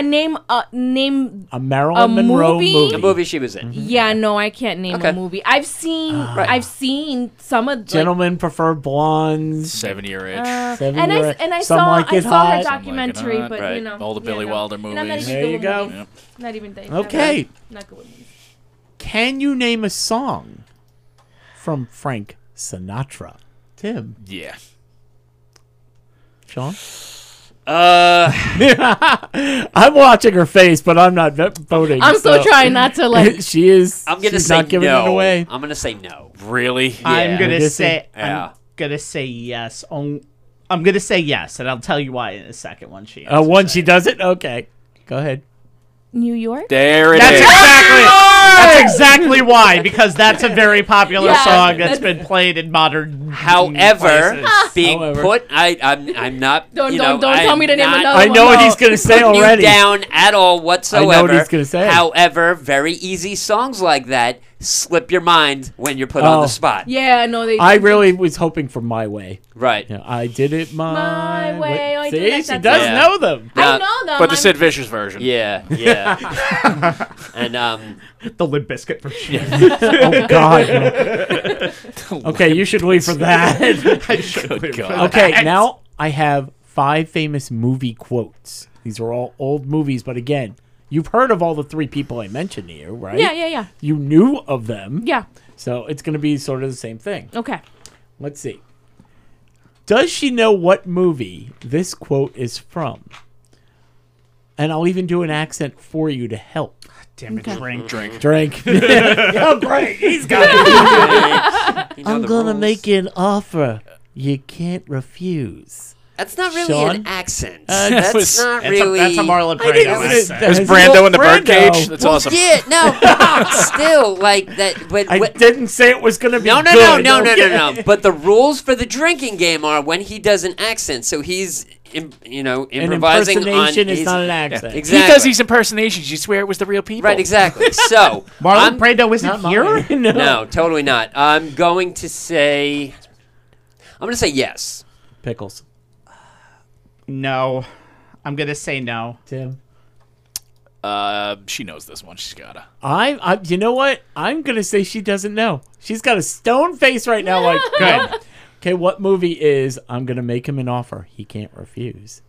Speaker 2: Name. Uh. Name.
Speaker 1: a Marilyn
Speaker 2: Uh, A
Speaker 1: Monroe
Speaker 2: movie?
Speaker 1: movie.
Speaker 4: The movie she was
Speaker 1: Mm-hmm.
Speaker 4: in.
Speaker 2: Yeah. No, I can't name
Speaker 4: Okay.
Speaker 2: a movie. I've seen. I've seen some of. Like,
Speaker 1: Gentlemen prefer blondes.
Speaker 6: Seven year itch.
Speaker 2: uh,
Speaker 1: Seven
Speaker 2: and I
Speaker 1: year-
Speaker 2: s- and I
Speaker 1: Some
Speaker 2: saw
Speaker 1: Like
Speaker 2: I
Speaker 1: It
Speaker 2: saw her
Speaker 1: Hot. Some
Speaker 6: Like It
Speaker 2: documentary,
Speaker 6: Hot,
Speaker 2: but you
Speaker 4: right.
Speaker 2: know
Speaker 6: All the
Speaker 2: yeah,
Speaker 6: Billy
Speaker 2: no.
Speaker 6: Wilder
Speaker 2: And I'm not
Speaker 6: movies.
Speaker 2: even
Speaker 1: There
Speaker 2: good
Speaker 1: you
Speaker 2: with
Speaker 1: go.
Speaker 2: movies.
Speaker 6: Yep.
Speaker 2: Not even that.
Speaker 1: Okay.
Speaker 2: Not good with movies.
Speaker 1: Can you name a song from Frank Sinatra? Tim,
Speaker 6: Yeah.
Speaker 1: Sean.
Speaker 4: Uh,
Speaker 1: I'm watching her face, but I'm not v- voting.
Speaker 2: I'm so trying not to like.
Speaker 1: she is.
Speaker 4: I'm gonna
Speaker 1: she's
Speaker 4: say
Speaker 1: not giving
Speaker 4: no.
Speaker 1: it away.
Speaker 4: I'm gonna say no.
Speaker 6: Really?
Speaker 3: I'm
Speaker 1: I
Speaker 3: gonna
Speaker 1: guess
Speaker 3: say
Speaker 4: it- yeah.
Speaker 3: I'm gonna say yes. On I'm gonna say yes, and I'll tell you why in a second once she.
Speaker 1: Uh,
Speaker 3: answers
Speaker 1: once
Speaker 3: it.
Speaker 1: she does it, okay. Go ahead.
Speaker 2: New York.
Speaker 6: There it is.
Speaker 3: That's exactly. That's exactly why, because that's a very popular
Speaker 2: Yeah,
Speaker 3: song
Speaker 2: that's-
Speaker 3: that's been played in modern.
Speaker 4: However,
Speaker 3: places.
Speaker 4: being
Speaker 1: However.
Speaker 4: put, I, I'm, I'm not.
Speaker 2: Don't-
Speaker 4: you
Speaker 2: don't-
Speaker 4: know,
Speaker 2: don't
Speaker 4: I'm
Speaker 2: tell me to name
Speaker 4: not
Speaker 2: another
Speaker 1: I
Speaker 2: one.
Speaker 1: know what
Speaker 2: no.
Speaker 1: he's gonna say
Speaker 4: putting
Speaker 1: already.
Speaker 4: You down at all whatsoever.
Speaker 1: he's gonna say.
Speaker 4: However, very easy songs like that slip your mind when you're put on
Speaker 1: Oh.
Speaker 4: the spot.
Speaker 2: Yeah. No, they.
Speaker 1: I really was hoping for my way.
Speaker 4: Right.
Speaker 1: Yeah, I did it my,
Speaker 2: My way. Oh, I
Speaker 1: See,
Speaker 2: do like
Speaker 1: she
Speaker 2: that
Speaker 1: does
Speaker 4: song.
Speaker 1: know them.
Speaker 4: Yeah.
Speaker 2: I know them.
Speaker 6: But
Speaker 2: I'm-
Speaker 6: the Sid Vicious version.
Speaker 4: Yeah. Yeah. and um,
Speaker 3: the Limp Biscuit for sure.
Speaker 1: oh God. Oh, okay, you should leave for that.
Speaker 6: Good God.
Speaker 1: okay, now I have five famous movie quotes. These are all old movies, but again, you've heard of all the three people I mentioned to you, right?
Speaker 2: Yeah. Yeah. Yeah.
Speaker 1: You knew of them.
Speaker 2: Yeah.
Speaker 1: So it's gonna be sort of the same thing.
Speaker 2: Okay.
Speaker 1: Let's see. Does she know what movie this quote is from? And I'll even do an accent for you to help.
Speaker 3: Damn it,
Speaker 2: Okay.
Speaker 3: drink, drink.
Speaker 1: Drink. oh, great. He's got it.
Speaker 4: you know
Speaker 1: I'm
Speaker 4: the
Speaker 1: going to
Speaker 4: rules.
Speaker 1: make you an offer you can't refuse.
Speaker 4: That's not really
Speaker 1: Sean?
Speaker 4: an accent.
Speaker 1: Uh,
Speaker 4: that's
Speaker 6: was-
Speaker 4: not
Speaker 3: That's,
Speaker 4: really.
Speaker 3: a, that's a Marlon
Speaker 1: I didn't-
Speaker 3: Brando
Speaker 1: it-
Speaker 3: accent.
Speaker 6: There's
Speaker 1: it's
Speaker 6: Brando
Speaker 1: Will
Speaker 6: in the birdcage.
Speaker 1: Brando.
Speaker 6: That's
Speaker 4: Well,
Speaker 6: awesome.
Speaker 4: Yeah, no, still like that. But
Speaker 1: I
Speaker 4: what-
Speaker 1: didn't say it was going to be
Speaker 4: no, no,
Speaker 1: good,
Speaker 4: no, no, no,
Speaker 1: okay?
Speaker 4: no, no. But the rules for the drinking game are when he does an accent. So he's, im- you know,
Speaker 1: An
Speaker 4: improvising
Speaker 1: impersonation
Speaker 4: on.
Speaker 1: is
Speaker 4: his-
Speaker 1: not an accent.
Speaker 4: Exactly.
Speaker 6: He does these impersonations. You swear it was the real people.
Speaker 4: Right, exactly. So
Speaker 3: Marlon
Speaker 4: I'm-
Speaker 3: Brando isn't here.
Speaker 1: no.
Speaker 4: No, totally not. I'm going to say. I'm going to say yes.
Speaker 1: Pickles.
Speaker 3: No, I'm gonna say no.
Speaker 1: Tim.
Speaker 6: Uh, she knows this one. She's gotta.
Speaker 1: I, I, you know what? I'm gonna say she doesn't know. She's got a stone face right now. Like,
Speaker 3: Good.
Speaker 1: okay, what movie is? I'm gonna make him an offer he can't refuse.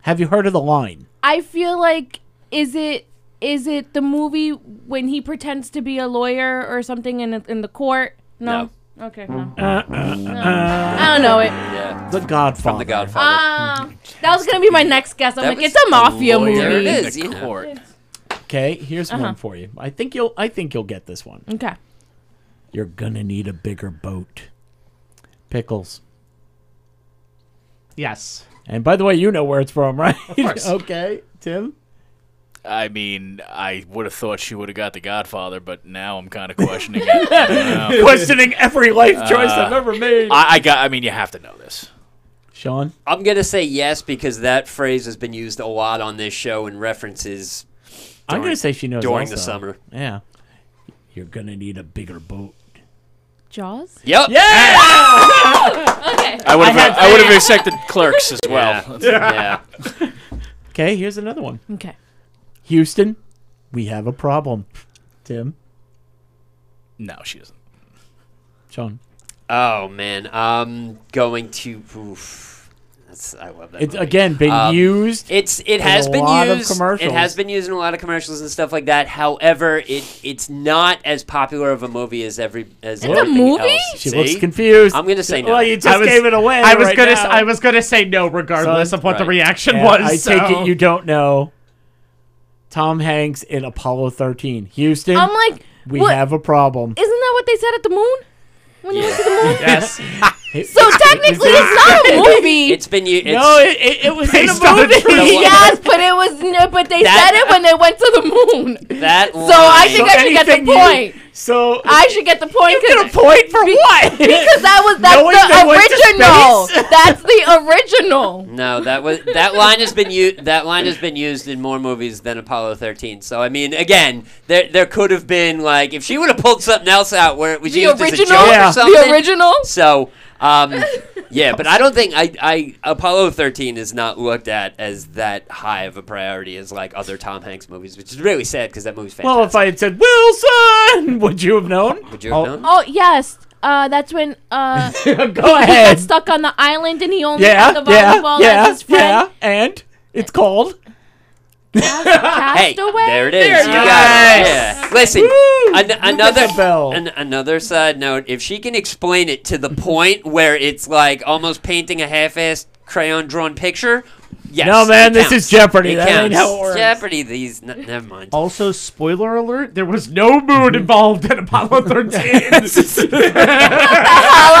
Speaker 1: Have you heard of the line?
Speaker 2: I feel like is it is it the movie when he pretends to be a lawyer or something in the, in the court? No. Okay. No.
Speaker 1: Uh,
Speaker 2: No. I don't know it.
Speaker 4: Yeah,
Speaker 1: The Godfather.
Speaker 4: from The Godfather.
Speaker 2: Uh, that was gonna be my next guess. I'm
Speaker 4: That
Speaker 2: like,
Speaker 4: was
Speaker 2: it's a mafia
Speaker 6: lawyer
Speaker 4: There it
Speaker 2: movie.
Speaker 6: in
Speaker 4: is,
Speaker 6: the
Speaker 4: you know.
Speaker 6: court.
Speaker 1: Okay, here's
Speaker 4: Uh-huh.
Speaker 1: one for you. I think you'll. I think you'll get this one.
Speaker 2: Okay.
Speaker 1: You're gonna need a bigger boat. Pickles.
Speaker 3: Yes.
Speaker 1: And by the way, you know where it's from, right?
Speaker 6: course.
Speaker 1: okay, Tim.
Speaker 6: I mean, I would have thought she would have got the Godfather, but now I'm kind of questioning it. I, don't know.
Speaker 1: Questioning every life choice I've ever made.
Speaker 6: I, I got. I mean, you have to know this.
Speaker 1: Sean.
Speaker 4: I'm going to say yes because that phrase has been used a lot on this show and references
Speaker 1: I'm gonna say she knows
Speaker 4: during the
Speaker 1: also.
Speaker 4: summer.
Speaker 1: Yeah. You're gonna need a bigger boat.
Speaker 2: Jaws.
Speaker 4: Yep.
Speaker 1: Yeah.
Speaker 2: Okay.
Speaker 6: I would have. I would have accepted clerks as well.
Speaker 4: Yeah.
Speaker 1: Okay, here's another one.
Speaker 2: Okay.
Speaker 1: Houston, we have a problem. Tim,
Speaker 6: No, she doesn't.
Speaker 1: Sean.
Speaker 4: Oh man, I'm going to. Oof. That's I love that.
Speaker 1: It's
Speaker 4: movie.
Speaker 1: again been
Speaker 4: Um,
Speaker 1: used.
Speaker 4: It's it
Speaker 1: a
Speaker 4: has been
Speaker 1: lot of
Speaker 4: used. It
Speaker 1: commercials.
Speaker 4: has been used in a lot of commercials and stuff like that. However, it it's not as popular of a movie as every as
Speaker 2: It's a
Speaker 4: everything
Speaker 2: movie?
Speaker 4: else.
Speaker 1: she
Speaker 4: See?
Speaker 1: looks confused.
Speaker 4: I'm gonna say no.
Speaker 1: Well, you just
Speaker 3: I was-
Speaker 1: gave it away.
Speaker 3: I was
Speaker 1: right
Speaker 3: gonna.
Speaker 1: now.
Speaker 3: I was gonna say no, regardless
Speaker 1: Son?
Speaker 3: of what the
Speaker 4: Right.
Speaker 3: reaction
Speaker 1: Yeah,
Speaker 3: was.
Speaker 1: I take
Speaker 3: so-
Speaker 1: it you don't know. Tom Hanks in Apollo 13. Houston,
Speaker 2: I'm like,
Speaker 1: we
Speaker 2: what-
Speaker 1: have a problem.
Speaker 2: Isn't that what they said at the moon? When you went to the moon?
Speaker 3: Yes.
Speaker 2: So technically, it's not a movie.
Speaker 4: It's been used.
Speaker 1: no, it, it, it was in a
Speaker 3: Based on a
Speaker 1: movie.
Speaker 3: true
Speaker 1: Yeah.
Speaker 2: yes, but it was. No, but they
Speaker 4: That-
Speaker 2: said it when they went to the moon.
Speaker 4: that.
Speaker 2: So I think
Speaker 1: So
Speaker 2: I should get
Speaker 1: anything
Speaker 2: the
Speaker 1: you-
Speaker 2: point.
Speaker 1: So
Speaker 2: I should get the point.
Speaker 1: you get a point for what?
Speaker 2: Because that was that's
Speaker 1: Knowing they went to
Speaker 2: the
Speaker 1: space?
Speaker 2: original. That's the original.
Speaker 4: No, that was that line has been used. That line has been used in more movies than Apollo 13. So I mean, again, there there could have been like if she would have pulled something else out where it was
Speaker 2: The
Speaker 4: used as a
Speaker 2: original.
Speaker 4: joke
Speaker 1: Yeah.
Speaker 4: or
Speaker 1: The
Speaker 4: something.
Speaker 2: The original.
Speaker 4: So, um, yeah, but I don't think I, I Apollo 13 is not looked at as that high of a priority as like other Tom Hanks movies, which is really sad because that movie's fantastic.
Speaker 1: Well, if I had said Wilson, would you have known?
Speaker 4: Would you have known?
Speaker 2: Oh yes. Uh, that's when uh, he
Speaker 1: Go
Speaker 2: got
Speaker 1: ahead.
Speaker 2: stuck on the island and he only
Speaker 1: Yeah,
Speaker 2: had the
Speaker 1: yeah,
Speaker 2: volleyball as
Speaker 1: yeah,
Speaker 2: his friend.
Speaker 1: yeah. And it's called.
Speaker 4: Hey,
Speaker 2: Castaway?
Speaker 4: there it is. you
Speaker 1: it
Speaker 4: got it.
Speaker 1: is.
Speaker 4: Yeah. Listen,
Speaker 1: Woo!
Speaker 4: an-
Speaker 1: Look at
Speaker 4: another
Speaker 1: the bell.
Speaker 4: an- another side note. If she can explain it to the point where it's like almost painting a half-assed crayon-drawn picture, yes.
Speaker 1: No, man,
Speaker 4: it
Speaker 1: this
Speaker 4: counts.
Speaker 1: is Jeopardy.
Speaker 4: It
Speaker 1: That ain't
Speaker 4: counts.
Speaker 1: how it works. Oh,
Speaker 4: Jeopardy. These. N- never mind.
Speaker 3: Also, spoiler alert: there was no
Speaker 1: Mm-hmm.
Speaker 3: moon involved in Apollo 13.
Speaker 2: Hell,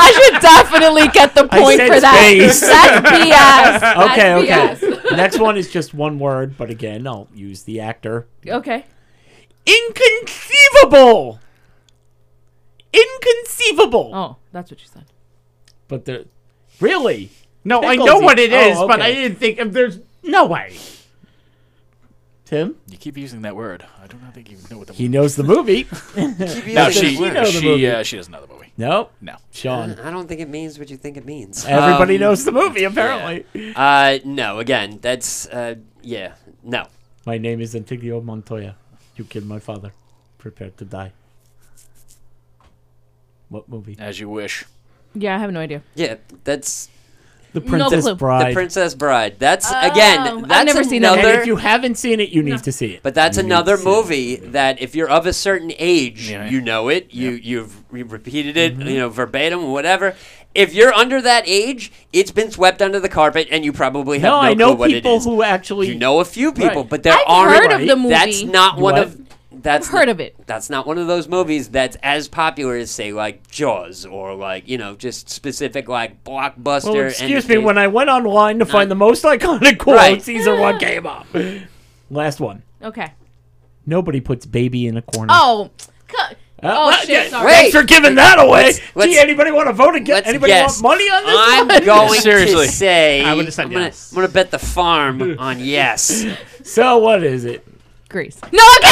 Speaker 2: I should definitely get the point
Speaker 1: said
Speaker 2: for that.
Speaker 1: space.
Speaker 2: That's BS.
Speaker 1: Okay,
Speaker 2: That's
Speaker 1: okay. Next one is just one word, but again, I'll use the actor.
Speaker 2: BS. okay.
Speaker 1: Inconceivable. Inconceivable.
Speaker 2: Oh, that's what you said.
Speaker 1: But there, really,
Speaker 3: no, I
Speaker 1: Pickles
Speaker 3: know
Speaker 1: eat-
Speaker 3: what it
Speaker 1: oh,
Speaker 3: is, but I
Speaker 1: okay.
Speaker 3: didn't think there's no way.
Speaker 1: Tim,
Speaker 6: You keep using that word. I do not think you know what the.
Speaker 1: he knows the movie.
Speaker 6: no,
Speaker 1: does
Speaker 6: she.
Speaker 1: he know the
Speaker 6: She.
Speaker 1: movie?
Speaker 6: Uh, she doesn't know the movie.
Speaker 1: nope,
Speaker 6: No.
Speaker 1: Sean.
Speaker 4: I don't think it means what you think it means.
Speaker 1: Everybody
Speaker 4: Um,
Speaker 1: knows the movie, apparently.
Speaker 4: Uh, no. Again, that's uh, yeah, no.
Speaker 1: My name is Antigua Montoya. You killed my father. Prepare to die. What movie?
Speaker 6: As you wish.
Speaker 2: Yeah, I have no idea.
Speaker 4: Yeah, that's
Speaker 1: The
Speaker 2: No
Speaker 1: Princess
Speaker 2: clue.
Speaker 1: Bride.
Speaker 4: the Princess Bride. That's
Speaker 2: Oh,
Speaker 4: again.
Speaker 2: I've
Speaker 4: That's
Speaker 2: never seen that.
Speaker 4: another.
Speaker 2: And
Speaker 1: and if you haven't seen it, you need to see it.
Speaker 4: But that's
Speaker 1: You need
Speaker 4: another
Speaker 1: to see it.
Speaker 4: movie that if you're of a certain age,
Speaker 6: Yeah.
Speaker 4: you know it. You you've re- repeated it,
Speaker 1: Mm-hmm.
Speaker 4: you know, verbatim, whatever. If you're under that age, it's been swept under the carpet, and you probably have
Speaker 1: No,
Speaker 4: no,
Speaker 1: I know
Speaker 4: clue what it
Speaker 1: people
Speaker 4: is.
Speaker 1: who actually
Speaker 4: you know a few people,
Speaker 1: Right.
Speaker 4: but there
Speaker 2: I've
Speaker 4: aren't.
Speaker 2: heard of the
Speaker 4: That's
Speaker 2: movie.
Speaker 4: not
Speaker 1: You
Speaker 4: one
Speaker 1: what?
Speaker 4: of. that's
Speaker 2: heard
Speaker 4: not-
Speaker 2: of it.
Speaker 4: That's not one of those movies that's as popular as say like Jaws or like you know just specific like blockbuster.
Speaker 1: Well,
Speaker 4: and
Speaker 1: Oh, excuse me. When I went online to find the most iconic quotes,
Speaker 4: Right.
Speaker 1: these are what came up. Last one.
Speaker 2: Okay.
Speaker 1: Nobody puts baby in a corner. Uh,
Speaker 2: Oh. c- oh
Speaker 1: well, yeah,
Speaker 2: shit. Sorry.
Speaker 4: wait.
Speaker 1: Thanks for giving that away.
Speaker 4: Let's- let's-
Speaker 1: Gee, anybody want to vote again?
Speaker 4: let's
Speaker 1: Anybody
Speaker 4: guess.
Speaker 1: want money on this?
Speaker 4: I'm
Speaker 1: one?
Speaker 4: going
Speaker 6: Seriously.
Speaker 4: to say
Speaker 3: I would've said
Speaker 4: am gonna,
Speaker 3: yes.
Speaker 4: I'm gonna bet the farm on yes.
Speaker 1: So what is it?
Speaker 2: Greece. No, I'm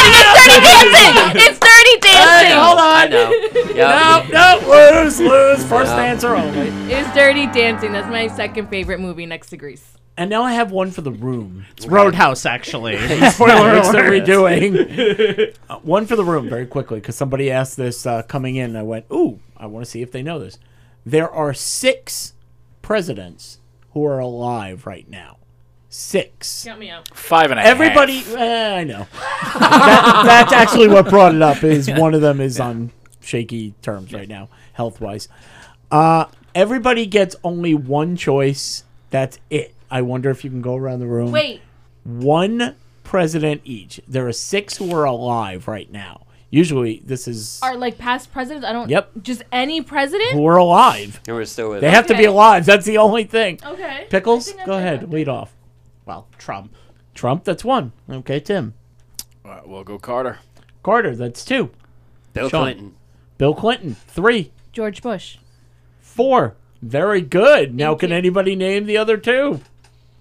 Speaker 2: kidding. It's Dirty Dancing. It's Dirty
Speaker 4: I know,
Speaker 2: Dancing.
Speaker 4: I know.
Speaker 1: No,
Speaker 4: Yep.
Speaker 1: no, lose, lose. First
Speaker 4: Yeah.
Speaker 1: answer only.
Speaker 2: It's Dirty Dancing. That's my second favorite movie next to Greece.
Speaker 1: And now I have one for the room.
Speaker 3: It's Roadhouse, actually.
Speaker 1: Spoiler alert.
Speaker 3: alert.
Speaker 1: redoing. uh, one for the room, very quickly, because somebody asked this uh, coming in. and I went, ooh, I want to see if they know this. There are six presidents who are alive right now. Six.
Speaker 2: Count me out.
Speaker 6: Five and a half.
Speaker 1: Everybody, eh, I know. that, that's actually what brought it up. Is one of them is on shaky terms right now, health wise. Uh, everybody gets only one choice. That's it. I wonder if you can go around the room.
Speaker 2: Wait.
Speaker 1: one president each. There are six who are alive right now. Usually, this is
Speaker 2: Are like past presidents? I don't.
Speaker 1: Yep.
Speaker 2: Just any president?
Speaker 1: who are alive.
Speaker 4: And we're still with
Speaker 1: They
Speaker 4: it.
Speaker 1: have to be
Speaker 2: Okay.
Speaker 1: alive. That's the only thing.
Speaker 2: Okay. I
Speaker 1: Pickles,
Speaker 2: think I
Speaker 1: go
Speaker 2: did
Speaker 1: ahead.
Speaker 2: that.
Speaker 1: Lead off.
Speaker 3: well, Trump.
Speaker 1: Trump, that's one. Okay, Tim.
Speaker 6: All right, we'll go Carter.
Speaker 1: Carter, that's two.
Speaker 4: Bill
Speaker 1: Sean.
Speaker 4: Clinton.
Speaker 1: Bill Clinton, three.
Speaker 2: George Bush.
Speaker 1: Four. Very good. now,
Speaker 2: Thank
Speaker 1: can
Speaker 2: you.
Speaker 1: anybody name the other two?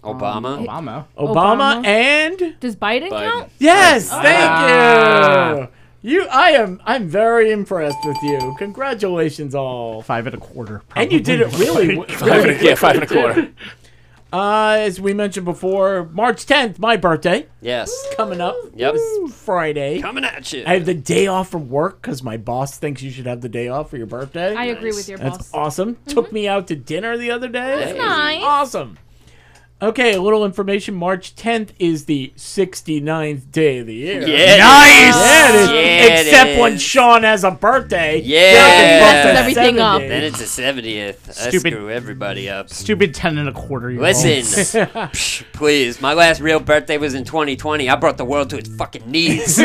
Speaker 4: Obama.
Speaker 1: Um,
Speaker 3: Obama.
Speaker 1: Obama,
Speaker 2: Obama.
Speaker 1: and
Speaker 2: Does Biden,
Speaker 6: Biden.
Speaker 2: count?
Speaker 1: yes,
Speaker 3: Ah.
Speaker 1: thank you. You, I am, I'm very impressed with you. Congratulations, all.
Speaker 3: Five and a quarter. Probably.
Speaker 1: And you did it really, really
Speaker 6: Five and a, yeah, five and a quarter.
Speaker 1: Uh, as we mentioned before, March 10th, my birthday,
Speaker 4: Yes.
Speaker 1: coming up.
Speaker 4: Yep.
Speaker 1: This Friday.
Speaker 4: Coming at you.
Speaker 1: I have the day off from work because my boss thinks you should have the day off for your birthday.
Speaker 2: I agree
Speaker 4: Nice.
Speaker 2: with your
Speaker 1: That's
Speaker 2: boss.
Speaker 1: awesome. Took me out to dinner the other day.
Speaker 4: Mm-hmm. That's
Speaker 1: It was
Speaker 2: nice.
Speaker 1: Awesome. Okay, a little information. March 10th is the 69th day of the year.
Speaker 4: Yeah.
Speaker 1: Nice. Yeah, it is.
Speaker 4: Yeah, it
Speaker 1: Except when
Speaker 4: is.
Speaker 1: Sean has a birthday.
Speaker 4: Yeah.
Speaker 1: That can bump
Speaker 2: Messes
Speaker 1: to
Speaker 2: everything up.
Speaker 1: 70.
Speaker 4: Then it's the seventieth. I
Speaker 3: Stupid-
Speaker 4: screw everybody up.
Speaker 3: Stupid ten and a quarter. year
Speaker 4: Listen,
Speaker 3: olds.
Speaker 1: Oh.
Speaker 4: psh, please. My last real birthday was in 2020. I brought the world to its fucking knees.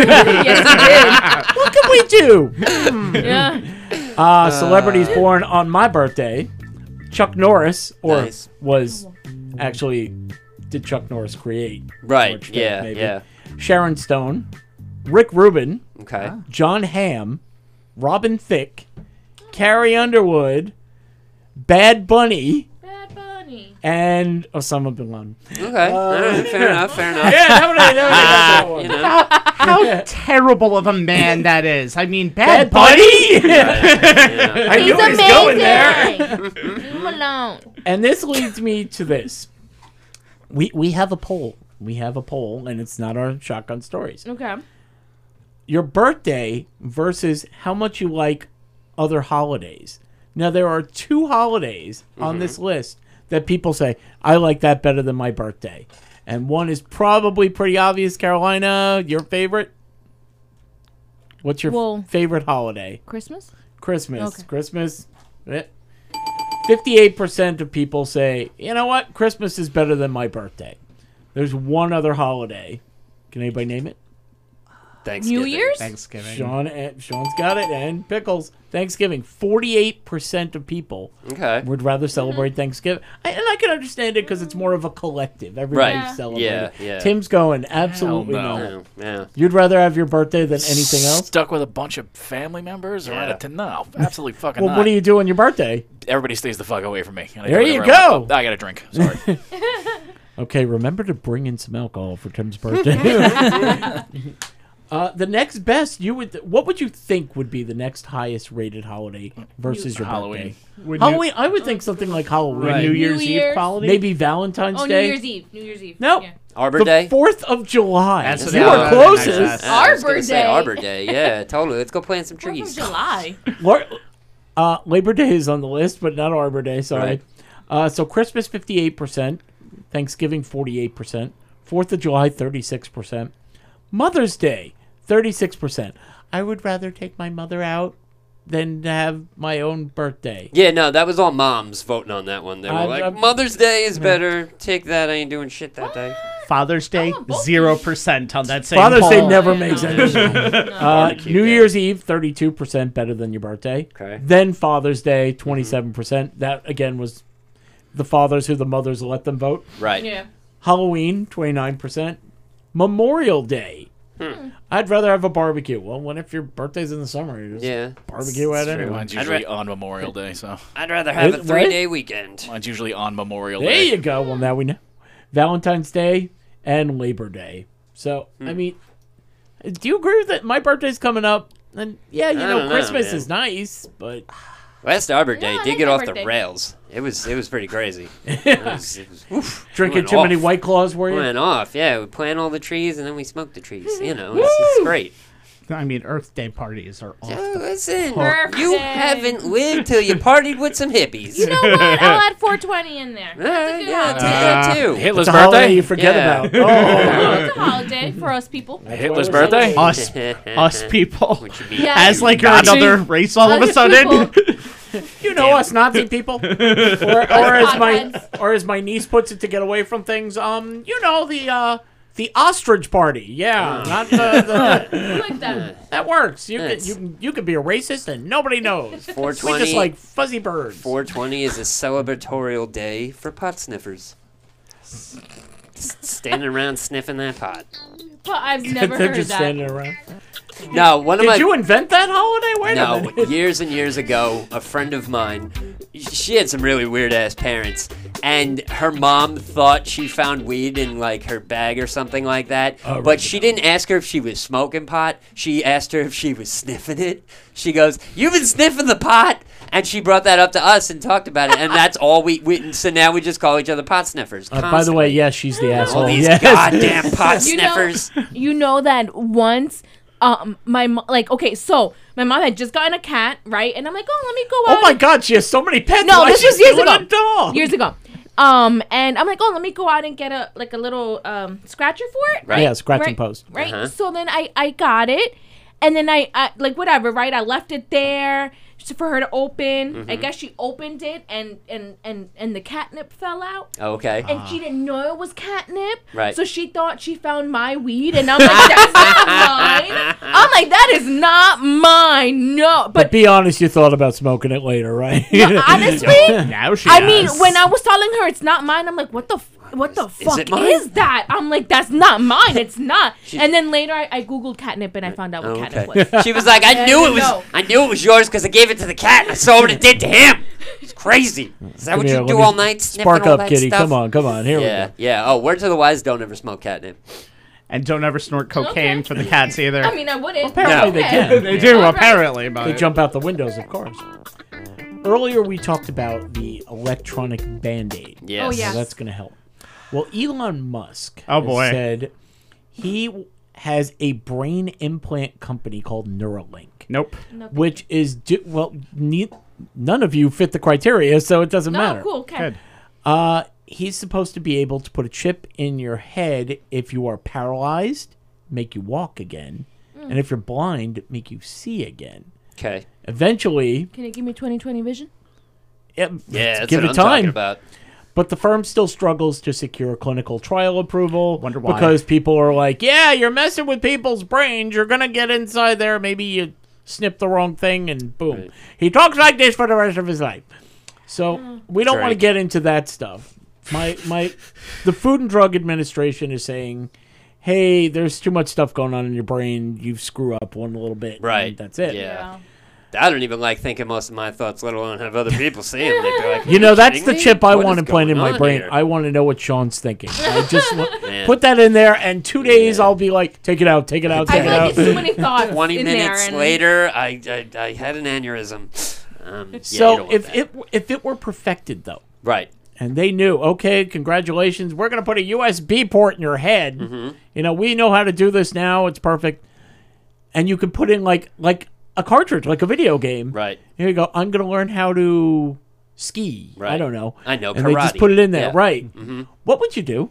Speaker 2: yes,
Speaker 1: what can we do?
Speaker 2: you did. Yeah.
Speaker 1: Uh, celebrities born on my birthday. Chuck Norris, or
Speaker 4: Nice.
Speaker 1: was actually, did Chuck Norris create?
Speaker 4: right?
Speaker 1: March 10th,
Speaker 4: Yeah.
Speaker 1: maybe.
Speaker 4: Yeah.
Speaker 1: Sharon Stone, Rick Rubin,
Speaker 4: Okay.
Speaker 1: John Hamm, Robin Thicke, Carrie Underwood, Bad Bunny,
Speaker 2: Bad Bunny.
Speaker 1: and oh, Osama bin Laden.
Speaker 4: Okay. All right, fair enough. Fair
Speaker 1: Uh,
Speaker 4: enough. Uh,
Speaker 1: Yeah, that would- that would- that would-
Speaker 4: You know.
Speaker 3: how terrible of a man that is. I mean,
Speaker 1: Bad
Speaker 3: bad,
Speaker 1: Bunny.
Speaker 4: Yeah.
Speaker 1: I
Speaker 2: He's
Speaker 1: knew he was
Speaker 2: amazing.
Speaker 1: going there.
Speaker 2: Leave him alone.
Speaker 1: And this leads me to this: we we have a poll. We have a poll, and it's not our shotgun stories.
Speaker 2: Okay.
Speaker 1: your birthday versus how much you like other holidays. Now there are two holidays on this list that people say I like that better than my birthday, and one is probably pretty obvious. Carolina, your favorite. What's your f-
Speaker 2: Well-
Speaker 1: favorite holiday?
Speaker 2: Christmas?
Speaker 1: Christmas.
Speaker 2: Okay.
Speaker 1: Christmas. eh. Fifty-eight percent of people say, you know what, Christmas is better than my birthday. There's one other holiday. Can anybody name it?
Speaker 4: Thanksgiving.
Speaker 2: New Year's?
Speaker 3: Thanksgiving.
Speaker 1: Sean and Sean's got it, and pickles. Thanksgiving. Forty-eight percent of people
Speaker 4: Okay.
Speaker 1: would rather celebrate Thanksgiving, I, and I can understand it because it's more of a collective. Everybody
Speaker 4: Right.
Speaker 1: celebrating.
Speaker 4: Yeah, yeah.
Speaker 1: Tim's going absolutely
Speaker 6: Hell
Speaker 1: no.
Speaker 6: no.
Speaker 4: Yeah. yeah.
Speaker 1: You'd rather have your birthday than anything else.
Speaker 6: Stuck with a bunch of family members?
Speaker 4: Yeah.
Speaker 6: Or at a, no, absolutely fucking
Speaker 1: Well,
Speaker 6: not.
Speaker 1: what do you do on your birthday?
Speaker 6: Everybody stays the fuck away from me. and I do
Speaker 1: There you
Speaker 6: whatever I want.
Speaker 1: go.
Speaker 6: I got a drink. Sorry.
Speaker 1: Okay, remember to bring in some alcohol for Tim's birthday. Uh, the next best, you would. What would you think would be the next highest rated holiday
Speaker 4: Mm.
Speaker 1: versus your
Speaker 6: Halloween.
Speaker 1: Birthday?
Speaker 3: Would you-
Speaker 1: Halloween. I would think something like Halloween,
Speaker 3: would New
Speaker 2: New
Speaker 3: Year's Eve
Speaker 2: Year's.
Speaker 3: quality.
Speaker 1: maybe Valentine's
Speaker 2: Oh,
Speaker 1: Day.
Speaker 2: New Year's Eve. New Year's Eve.
Speaker 1: No.
Speaker 2: Yeah.
Speaker 4: Arbor
Speaker 1: the
Speaker 4: Day.
Speaker 1: Fourth of July.
Speaker 3: That's what
Speaker 1: you
Speaker 3: they
Speaker 1: are
Speaker 3: are.
Speaker 1: closest.
Speaker 3: Nice.
Speaker 4: Yeah, I was
Speaker 2: Arbor
Speaker 4: gonna say
Speaker 2: Day.
Speaker 4: Arbor Day. Yeah, totally. Let's go plant some
Speaker 2: Fourth of
Speaker 4: trees.
Speaker 2: July.
Speaker 1: Lor- uh, Labor Day is on the list, but not Arbor Day. Sorry.
Speaker 4: Right.
Speaker 1: Uh, so Christmas fifty-eight percent, Thanksgiving forty-eight percent, Fourth of July thirty-six percent, Mother's Day thirty-six percent. I would rather take my mother out than to have my own birthday.
Speaker 4: Yeah, no, that was all moms voting on that one. They were
Speaker 1: I'm-
Speaker 4: like,
Speaker 1: I'm-
Speaker 4: Mother's Day is better. Take that. I ain't doing shit that day.
Speaker 3: Father's Day,
Speaker 2: want both
Speaker 3: zero percent on that same.
Speaker 1: Father's Day
Speaker 3: poll.
Speaker 1: never
Speaker 2: Yeah,
Speaker 1: makes
Speaker 2: no,
Speaker 1: any sense.
Speaker 2: no.
Speaker 1: Uh,
Speaker 4: Barbecue
Speaker 1: New
Speaker 4: day.
Speaker 1: Year's Eve, thirty-two percent better than your birthday.
Speaker 4: Okay. Mm-hmm.
Speaker 1: Then Father's Day, twenty-seven percent. That again was the fathers who the mothers let them vote.
Speaker 6: Right.
Speaker 2: yeah.
Speaker 1: Halloween, twenty-nine percent. Memorial Day.
Speaker 4: Hmm.
Speaker 1: I'd rather have a barbecue. Well, what if your birthday's in the summer? You just
Speaker 4: Yeah.
Speaker 1: barbecue at
Speaker 4: true.
Speaker 1: anyway.
Speaker 6: Mine's
Speaker 4: I'd
Speaker 6: usually on Memorial Day, so
Speaker 4: I'd rather
Speaker 1: Is-
Speaker 4: have a three day weekend.
Speaker 6: mine's usually on Memorial
Speaker 1: There
Speaker 6: Day.
Speaker 1: you go. Well, now we know. Valentine's Day and Labor Day. So
Speaker 4: Hmm.
Speaker 1: I mean, do you agree with that? My birthday's coming up, and yeah, you
Speaker 4: I
Speaker 1: know,
Speaker 4: don't know,
Speaker 1: Christmas
Speaker 4: man.
Speaker 1: is nice, but
Speaker 4: Last Arbor Day
Speaker 2: I
Speaker 4: did
Speaker 2: like
Speaker 4: get off
Speaker 2: Arbor
Speaker 4: the
Speaker 2: Day.
Speaker 4: rails. It was it was pretty crazy. It was- it was- oof,
Speaker 1: drinking
Speaker 4: went
Speaker 1: too many
Speaker 4: off.
Speaker 1: White Claws were
Speaker 4: We
Speaker 1: you?
Speaker 4: went off. Yeah, we plant all the trees and then we smoke the trees. You know, it's, it's great.
Speaker 3: I mean, Earth Day parties are off.
Speaker 4: Oh, listen,
Speaker 2: Perfect.
Speaker 4: you haven't lived till you partied with some hippies.
Speaker 2: You know what? I'll add 420 in there.
Speaker 4: Ah,
Speaker 2: That's a good
Speaker 4: yeah,
Speaker 1: Uh,
Speaker 2: holiday.
Speaker 4: take that too.
Speaker 6: Hitler's
Speaker 1: It's a holiday
Speaker 6: birthday.
Speaker 1: you forget
Speaker 4: Yeah.
Speaker 1: about.
Speaker 2: No, Oh, it's a holiday for us people.
Speaker 6: Hitler's
Speaker 1: Why was it-
Speaker 6: birthday.
Speaker 3: Us,
Speaker 2: Uh-huh.
Speaker 3: us people,
Speaker 4: What you mean?
Speaker 2: Yeah.
Speaker 3: as like you're
Speaker 6: Nazi?
Speaker 3: another race all of a
Speaker 2: Other
Speaker 3: sudden.
Speaker 1: Oh, You know us Nazi people, or, or as my
Speaker 2: Hotheads.
Speaker 1: or as my niece puts it to get away from things. Um, you know the uh, the ostrich party.
Speaker 4: Uh.
Speaker 1: Yeah, not the, the
Speaker 2: Like that.
Speaker 1: that works. You can
Speaker 4: That's-
Speaker 1: you can you can be a racist and nobody knows. We
Speaker 4: 420.
Speaker 1: just like fuzzy birds.
Speaker 4: 420 is a celebratorial day for pot sniffers. S- Standing around sniffing that pot.
Speaker 2: But I've never
Speaker 1: They're
Speaker 2: heard
Speaker 1: just
Speaker 2: that.
Speaker 1: standing around.
Speaker 4: No, one of
Speaker 1: Did
Speaker 4: my
Speaker 1: you invent that holiday? Wait a
Speaker 4: No,
Speaker 1: minute.
Speaker 4: years and years ago, a friend of mine, she had some really weird ass parents, and her mom thought she found weed in like her bag or something like that.
Speaker 1: Oh,
Speaker 4: but she didn't ask her if she was smoking pot. She asked her if she was sniffing it. She goes, "You've been sniffing the pot," and she brought that up to us and talked about it. And that's all we. we so now we just call each other pot sniffers.
Speaker 1: Uh, by the way, yes, she's the
Speaker 4: constantly. all
Speaker 1: asshole.
Speaker 4: these
Speaker 1: Yes.
Speaker 4: goddamn pot
Speaker 2: You know-
Speaker 4: sniffers.
Speaker 2: you know that once um my mom like okay so my mom had just gotten a cat right and i'm like oh let me go out
Speaker 1: Oh my God, she has so many pets.
Speaker 2: No,
Speaker 1: Why
Speaker 2: this
Speaker 1: is
Speaker 2: was
Speaker 1: she
Speaker 2: years
Speaker 1: doing
Speaker 2: ago.
Speaker 1: a dog?
Speaker 2: years ago um and i'm like oh let me go out and get a like a little um scratcher for it right
Speaker 1: Yeah, scratch and
Speaker 2: right,
Speaker 1: post.
Speaker 2: right
Speaker 4: Uh-huh.
Speaker 2: so then i i got it and then I, I like whatever right i left it there just for her to open
Speaker 4: Mm-hmm.
Speaker 2: i guess she opened it and and and and the catnip fell out
Speaker 4: Okay.
Speaker 2: and she didn't know it was catnip.
Speaker 4: Ah. Right.
Speaker 2: So she thought she found my weed, and I'm like, that's not mine. I'm like, that is not mine. No,
Speaker 1: But
Speaker 2: but
Speaker 1: be honest, you thought about smoking it later, right?
Speaker 2: honestly,
Speaker 3: now she.
Speaker 2: I mean,
Speaker 3: has.
Speaker 2: when I was telling her it's not mine, I'm like, what the. F- what the fuck
Speaker 4: it
Speaker 2: is,
Speaker 4: mine?
Speaker 2: that? I'm like, that's not mine. It's not. and then later, I, I googled catnip and I found out what
Speaker 4: Oh,
Speaker 2: catnip
Speaker 4: okay.
Speaker 2: was.
Speaker 4: She was like, I
Speaker 2: Yeah,
Speaker 4: knew
Speaker 2: you
Speaker 4: it was,
Speaker 2: know.
Speaker 4: I knew it was yours because I gave it to the cat and I saw what it did to him. It's crazy. Is that
Speaker 1: Come
Speaker 4: what
Speaker 1: here,
Speaker 4: you
Speaker 1: let
Speaker 4: do
Speaker 1: me
Speaker 4: all night? Sniffing
Speaker 1: Spark
Speaker 4: all
Speaker 1: up,
Speaker 4: that
Speaker 1: kitty.
Speaker 4: stuff?
Speaker 1: Come on, come on. Here
Speaker 4: Yeah,
Speaker 1: we go.
Speaker 4: yeah. Oh, words of the wise: don't ever smoke catnip.
Speaker 3: and don't ever snort cocaine
Speaker 2: Okay.
Speaker 3: for the cats either.
Speaker 2: I mean, I wouldn't. but
Speaker 1: Apparently
Speaker 2: okay.
Speaker 1: they can.
Speaker 3: they do
Speaker 2: Alright.
Speaker 3: apparently, but
Speaker 1: They jump out the windows, of course. Earlier we talked about the electronic band-aid.
Speaker 4: Yes.
Speaker 2: Oh, yeah.
Speaker 1: So that's going to help. Well, Elon Musk
Speaker 3: Oh, boy.
Speaker 1: said he w- has a brain implant company called Neuralink,
Speaker 3: nope.
Speaker 1: which is, do- well, ne- none of you fit the criteria, so it doesn't
Speaker 2: No,
Speaker 1: matter.
Speaker 2: cool. Okay.
Speaker 3: Good.
Speaker 1: Uh, he's supposed to be able to put a chip in your head if you are paralyzed, make you walk again,
Speaker 2: Hmm.
Speaker 1: and if you're blind, make you see again.
Speaker 4: Okay.
Speaker 1: Eventually,
Speaker 2: Can it give me 2020 vision?
Speaker 1: it,
Speaker 4: Yeah, that's
Speaker 1: give
Speaker 4: what
Speaker 1: it time.
Speaker 4: I'm talking about.
Speaker 1: But the firm still struggles to secure clinical trial approval.
Speaker 3: Wonder why.
Speaker 1: Because people are like, yeah, you're messing with people's brains. You're going to get inside there. Maybe you snip the wrong thing and boom. He talks like this for the rest of his life. So we don't want to
Speaker 4: Drake.
Speaker 1: get into that stuff. My, my, the Food and Drug Administration is saying, hey, there's too much stuff going on in your brain. You screw up one little bit. and
Speaker 4: Right.
Speaker 1: That's it.
Speaker 4: Yeah. I don't even like thinking most of my thoughts, let alone have other people see them. They'd be like,
Speaker 1: You know, that's
Speaker 4: kidding
Speaker 1: the
Speaker 4: me?
Speaker 1: chip I
Speaker 4: What
Speaker 1: want
Speaker 4: is
Speaker 1: implanted in
Speaker 4: going
Speaker 1: my
Speaker 4: on
Speaker 1: brain.
Speaker 4: here?
Speaker 1: I want to know what Sean's thinking. I just wa-
Speaker 4: Man.
Speaker 1: put that in there, and two days I'll be like, take it out, take it out,
Speaker 2: I
Speaker 1: take it
Speaker 2: feel like
Speaker 1: out.
Speaker 2: it's too many thoughts.
Speaker 4: 20
Speaker 2: in
Speaker 4: minutes
Speaker 2: there and-
Speaker 4: later, I, I I had an aneurysm. Um, yeah, you don't
Speaker 1: so
Speaker 4: want
Speaker 1: if
Speaker 4: that.
Speaker 1: it if it were perfected though,
Speaker 4: right,
Speaker 1: and they knew, okay, congratulations, we're gonna put a USB port in your head.
Speaker 4: Mm-hmm.
Speaker 1: You know, we know how to do this now. It's perfect, and you can put in like like a cartridge, like a video game.
Speaker 4: right,
Speaker 1: Here you go. I'm gonna learn how to ski. I
Speaker 4: Right.
Speaker 1: don't know.
Speaker 4: I know
Speaker 1: And they just
Speaker 4: karate.
Speaker 1: put it in there,
Speaker 4: Yeah. Mm-hmm.
Speaker 1: right? What would you do?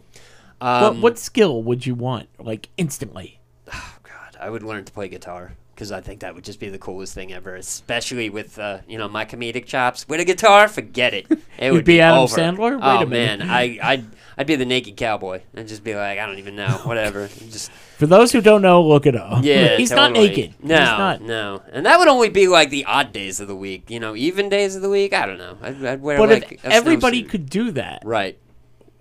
Speaker 4: um,
Speaker 1: what, what skill would you want, like instantly?
Speaker 4: God, I would learn to play guitar because I think that would just be the coolest thing ever, especially with uh, you know my comedic chops. With a guitar, forget it. It would
Speaker 1: be Adam
Speaker 4: over.
Speaker 1: Sandler? Wait
Speaker 4: oh
Speaker 1: a minute.
Speaker 4: man, I I I'd be the naked cowboy and just be like, I don't even know, whatever. just
Speaker 1: For those who don't know, look it up.
Speaker 4: yeah,
Speaker 1: he's not
Speaker 4: totally.
Speaker 1: naked.
Speaker 4: No,
Speaker 1: he's not.
Speaker 4: no, and that would only be like the odd days of the week. You know, even days of the week. I don't know. I'd, I'd wear
Speaker 1: But
Speaker 4: like
Speaker 1: if
Speaker 4: a
Speaker 1: everybody
Speaker 4: snowsuit.
Speaker 1: could do that,
Speaker 4: right?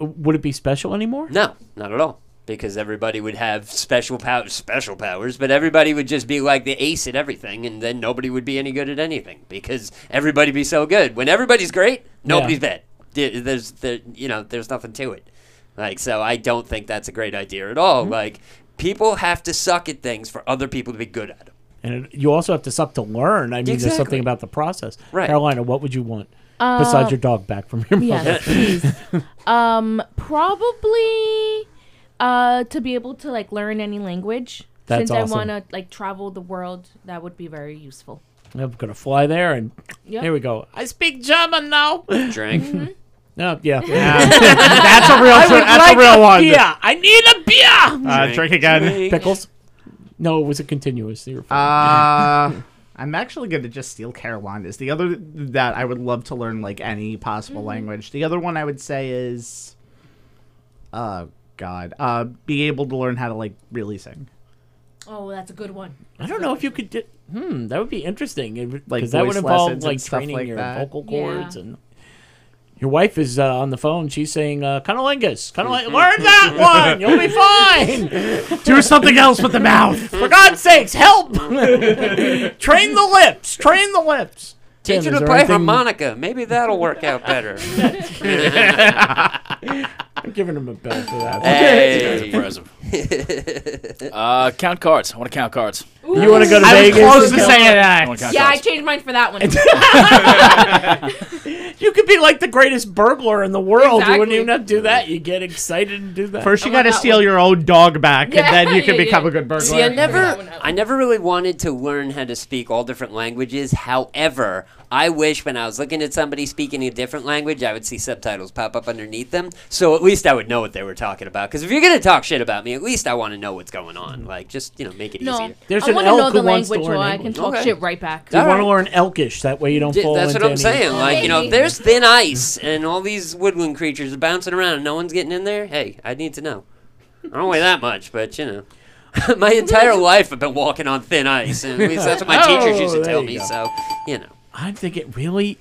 Speaker 1: would it be special anymore?
Speaker 4: No, not at all. Because everybody would have special powers, special powers, but everybody would just be like the ace at everything, and then nobody would be any good at anything because everybody be so good. When everybody's great, nobody's bad. There- There's, there, you know, there's nothing to it. Like, so I don't think that's a great idea at
Speaker 1: Mm-hmm.
Speaker 4: all. Like, people have to suck at things for other people to be good at them.
Speaker 1: And it, you also have to suck to learn. I mean, there's
Speaker 4: Exactly.
Speaker 1: something about the process.
Speaker 4: Right.
Speaker 1: Carolina, what would you want besides your dog back from your mother?
Speaker 2: Yes, please. Um, probably uh, to be able to like learn any language.
Speaker 1: That's
Speaker 2: Since
Speaker 1: awesome.
Speaker 2: I want to like travel the world, that would be very useful.
Speaker 1: I'm gonna fly there, and
Speaker 2: Yep.
Speaker 1: here we go. I speak German now.
Speaker 4: Drink.
Speaker 1: No, yeah.
Speaker 3: Uh, that's a real. that's a real one.
Speaker 1: Yeah, I need a beer.
Speaker 3: Uh, drink again.
Speaker 1: Pickles. No, it was a continuous. You were fine.
Speaker 3: Uh, I'm actually going to just steal Carolina's. The other that I would love to learn, like any possible
Speaker 2: Mm.
Speaker 3: language. The other one I would say is, uh, God, uh, be able to learn how to like really sing,
Speaker 2: Oh, that's a good one.
Speaker 1: I don't know if you could. Di- hmm, that would be interesting. It would-
Speaker 3: Like
Speaker 1: 'cause that would
Speaker 3: voice
Speaker 1: involve
Speaker 3: lessons
Speaker 1: like
Speaker 3: and stuff
Speaker 1: training
Speaker 3: like
Speaker 1: your
Speaker 3: that.
Speaker 1: vocal
Speaker 2: Yeah.
Speaker 1: cords and. Your wife is uh, on the phone. She's saying, uh, "Cunnilingus, cunnilingus, learn that one. You'll be fine.
Speaker 3: do something else with the mouth.
Speaker 1: For God's sakes, help! train the lips. Train the lips. Tim,
Speaker 4: Teach her
Speaker 1: is
Speaker 4: to
Speaker 1: there
Speaker 4: play
Speaker 1: anything-
Speaker 4: harmonica. Maybe that'll work out better.
Speaker 1: I'm giving him a bell for that.
Speaker 4: hey.
Speaker 6: Impressive. uh, count cards. I want to count cards.
Speaker 1: You want to go to
Speaker 3: I was
Speaker 1: Vegas?
Speaker 3: close to saying
Speaker 6: I
Speaker 3: that.
Speaker 6: want to count
Speaker 2: Yeah, I
Speaker 6: cards.
Speaker 2: changed mine for that one.
Speaker 1: You could be like the greatest burglar in the world. You wouldn't
Speaker 2: Exactly.
Speaker 1: even have to do that. You get excited and do that.
Speaker 3: First, you
Speaker 2: I want
Speaker 3: got to
Speaker 2: that
Speaker 3: steal
Speaker 2: one.
Speaker 3: your own dog back,
Speaker 2: Yeah,
Speaker 3: and then you can
Speaker 2: yeah,
Speaker 3: become
Speaker 2: yeah.
Speaker 3: a good burglar.
Speaker 4: See, I
Speaker 2: that
Speaker 4: never,
Speaker 2: one out.
Speaker 4: I never really wanted to learn how to speak all different languages. However, I wish when I was looking at somebody speaking a different language, I would see subtitles pop up underneath them. So at least I would know what they were talking about. Because if you're gonna talk shit about me, at least I want to know what's going on. Like, just you know, make it
Speaker 2: No,
Speaker 4: easier.
Speaker 1: There's
Speaker 2: I
Speaker 1: an
Speaker 2: want to know
Speaker 1: elk who
Speaker 2: the
Speaker 1: wants to
Speaker 2: language
Speaker 1: learn
Speaker 2: or I can
Speaker 1: English.
Speaker 2: talk
Speaker 4: Okay.
Speaker 2: shit right back.
Speaker 1: you
Speaker 4: All
Speaker 1: want
Speaker 4: right.
Speaker 1: to learn Elkish. That way you don't
Speaker 4: Th-
Speaker 1: fall
Speaker 4: That's what
Speaker 1: into
Speaker 4: I'm
Speaker 1: any-
Speaker 4: saying. Like, you know, if
Speaker 2: Maybe.
Speaker 4: there's thin ice and all these woodland creatures are bouncing around and no one's getting in there, hey, I need to know. I don't weigh that much, but you know. my entire life I've been walking on thin ice, and at least that's what my teachers used
Speaker 1: Oh,
Speaker 4: to
Speaker 1: there
Speaker 4: tell
Speaker 1: you
Speaker 4: me.
Speaker 1: go.
Speaker 4: So, you know.
Speaker 1: I'm thinking really.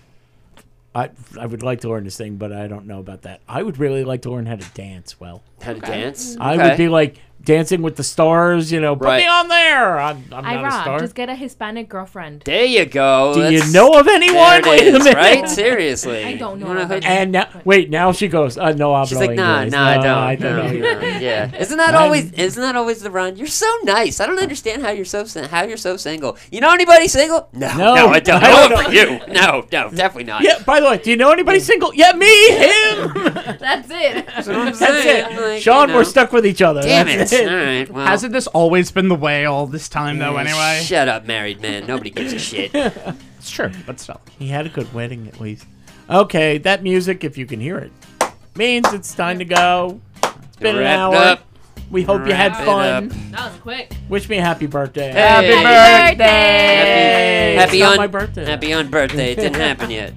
Speaker 1: I I would like to learn this thing, but I don't know about that. I would really like to learn how to dance. Well,
Speaker 4: How to dance?
Speaker 1: I
Speaker 4: Okay.
Speaker 1: would be like dancing with the stars. You know, put me
Speaker 4: Right.
Speaker 1: on there. I'm, I'm
Speaker 2: I
Speaker 1: not a
Speaker 2: rock.
Speaker 1: star.
Speaker 2: Just get a Hispanic girlfriend.
Speaker 4: There you go.
Speaker 1: do you
Speaker 4: Oh, that's-
Speaker 1: know of anyone?
Speaker 4: there it
Speaker 1: Wait a
Speaker 4: is,
Speaker 1: minute.
Speaker 4: right? Seriously.
Speaker 2: I don't
Speaker 4: You
Speaker 2: know
Speaker 4: wanna
Speaker 2: of
Speaker 4: hook-
Speaker 2: any.
Speaker 1: And now, wait. Now she goes. Uh, no, I'm
Speaker 4: She's like, nah, nah, I don't.
Speaker 1: I don't
Speaker 4: no,
Speaker 1: know.
Speaker 4: no, Yeah. Isn't that
Speaker 1: I'm-
Speaker 4: always isn't that always the run? You're so nice. I don't understand how you're so sin- how you're so single. You know anybody single? No.
Speaker 1: No,
Speaker 4: I don't.
Speaker 1: I
Speaker 4: I
Speaker 1: don't
Speaker 4: for you. No, no, definitely not.
Speaker 1: Yeah. By the way, do you know anybody single? Yeah, me, him.
Speaker 2: That's it.
Speaker 4: That's
Speaker 1: That's it. Sean, we're stuck with each other.
Speaker 4: Damn it.
Speaker 1: That's
Speaker 4: All right. Well,
Speaker 3: Hasn't this always been the way all this time, though? Anyway,
Speaker 4: Shut up, married man. Nobody gives a shit.
Speaker 3: it's true, but still.
Speaker 1: He had a good wedding, at least. Okay, that music, if you can hear it, means it's time to go. It's been an
Speaker 4: Wrap it
Speaker 1: hour.
Speaker 4: up.
Speaker 1: We hope you had
Speaker 4: Wrap it up.
Speaker 1: fun.
Speaker 2: That was quick.
Speaker 1: Wish me a happy birthday.
Speaker 4: Happy
Speaker 2: Happy
Speaker 3: birthday.
Speaker 1: Hey,
Speaker 2: birthday.
Speaker 1: it's
Speaker 4: happy
Speaker 1: not
Speaker 4: on
Speaker 1: my birthday.
Speaker 4: Happy on birthday. It didn't happen yet.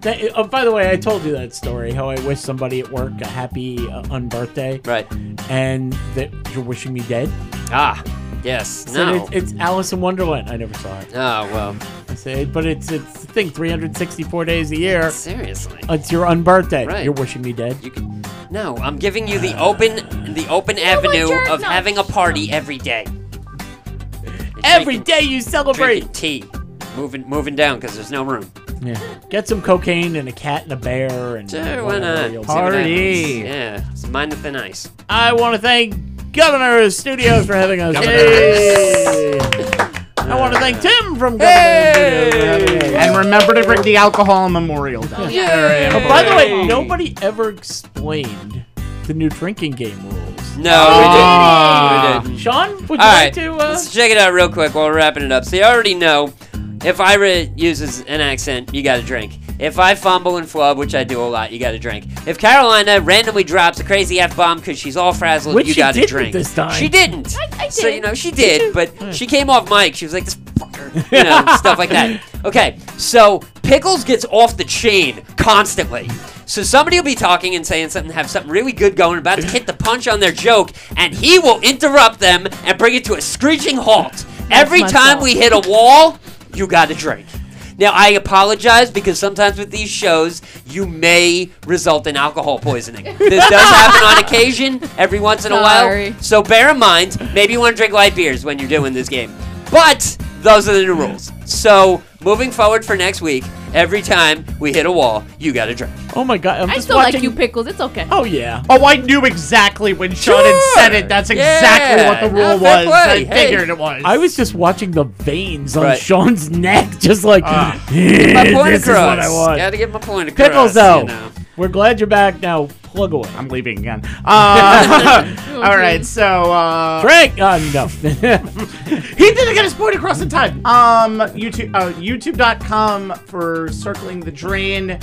Speaker 1: Th- oh, by the way, I told you that story how I wish somebody at work a happy uh, unbirthday,
Speaker 4: Right.
Speaker 1: and that you're wishing me dead.
Speaker 4: Ah. Yes.
Speaker 1: So
Speaker 4: No.
Speaker 1: it's, it's Alice in Wonderland. I never saw it.
Speaker 4: oh well.
Speaker 1: I say, but it's it's the thing. 364 days a year.
Speaker 4: Seriously.
Speaker 1: It's your unbirthday.
Speaker 4: Right.
Speaker 1: You're wishing me dead.
Speaker 4: You can. No, I'm giving you the open, the open avenue
Speaker 2: jerk,
Speaker 4: of
Speaker 2: no.
Speaker 4: having a party every day. And
Speaker 1: Every
Speaker 4: drinking-
Speaker 1: day you celebrate.
Speaker 4: drinking tea, moving, moving down because there's no room.
Speaker 1: Yeah. Get some cocaine and a cat and a bear and
Speaker 4: Sure, why
Speaker 1: whatever
Speaker 4: not?
Speaker 1: you'll
Speaker 4: See what
Speaker 1: do.
Speaker 3: Party.
Speaker 4: happens. Yeah, it's mind the thin ice.
Speaker 1: I want to thank Governor Studios for having us.
Speaker 4: Governor.
Speaker 1: Hey. I want to thank Tim from Governor
Speaker 4: Hey.
Speaker 1: Studios for having us.
Speaker 3: And remember to drink the alcohol on Memorial Day.
Speaker 1: And by the way, nobody ever explained the new drinking game rules.
Speaker 4: No,
Speaker 3: Ah.
Speaker 4: we didn't. We didn't.
Speaker 1: Sean, would you
Speaker 4: Mm. All
Speaker 1: like
Speaker 4: right,
Speaker 1: to? Uh,
Speaker 4: let's check it out real quick while we're wrapping it up. So you already know, if Ira uses an accent, you gotta drink. If I fumble and flub, which I do a lot, you gotta drink. If Carolina randomly drops a crazy f bomb because she's all frazzled,
Speaker 1: Which
Speaker 4: you
Speaker 1: she
Speaker 4: gotta
Speaker 1: didn't
Speaker 4: drink.
Speaker 1: this time.
Speaker 4: She didn't.
Speaker 2: I, I
Speaker 4: So you
Speaker 2: did.
Speaker 4: know she did, but she came off mic. She was like this fucker, you know, stuff like that. Okay, so Pickles gets off the chain constantly. So somebody will be talking and saying something, have something really good going, about to hit the punch on their joke, and he will interrupt them and bring it to a screeching halt. Every
Speaker 2: my
Speaker 4: time
Speaker 2: fault.
Speaker 4: we hit a wall, you got to drink. Now I apologize because sometimes with these shows you may result in alcohol poisoning. This does happen on occasion, every once in a
Speaker 2: Sorry.
Speaker 4: while. So bear in mind, maybe you want to drink light beers when you're doing this game. But those are the new rules. So moving forward for next week, every time we hit a wall, you got to drink.
Speaker 1: Oh my god, I'm
Speaker 2: I
Speaker 1: just
Speaker 2: still
Speaker 1: watching.
Speaker 2: like you, pickles. It's okay.
Speaker 1: oh yeah.
Speaker 3: Oh, I knew exactly when Sean had said it. That's exactly
Speaker 4: Yeah.
Speaker 3: what the rule
Speaker 4: Not that
Speaker 3: was.
Speaker 4: way.
Speaker 3: I
Speaker 4: Hey.
Speaker 3: figured it was.
Speaker 1: I was just watching the veins on
Speaker 4: Right.
Speaker 1: Sean's neck, just like
Speaker 3: Ah.
Speaker 4: My point
Speaker 1: this is
Speaker 4: across.
Speaker 1: what I want.
Speaker 4: Got to get my point across.
Speaker 1: Pickles, though.
Speaker 4: You know.
Speaker 1: We're glad you're back now. Plug away.
Speaker 3: I'm leaving again. Uh, all right, so uh,
Speaker 1: Frank, uh, no.
Speaker 3: he didn't get his point across in time. Um, YouTube, uh, YouTube.com for circling the drain.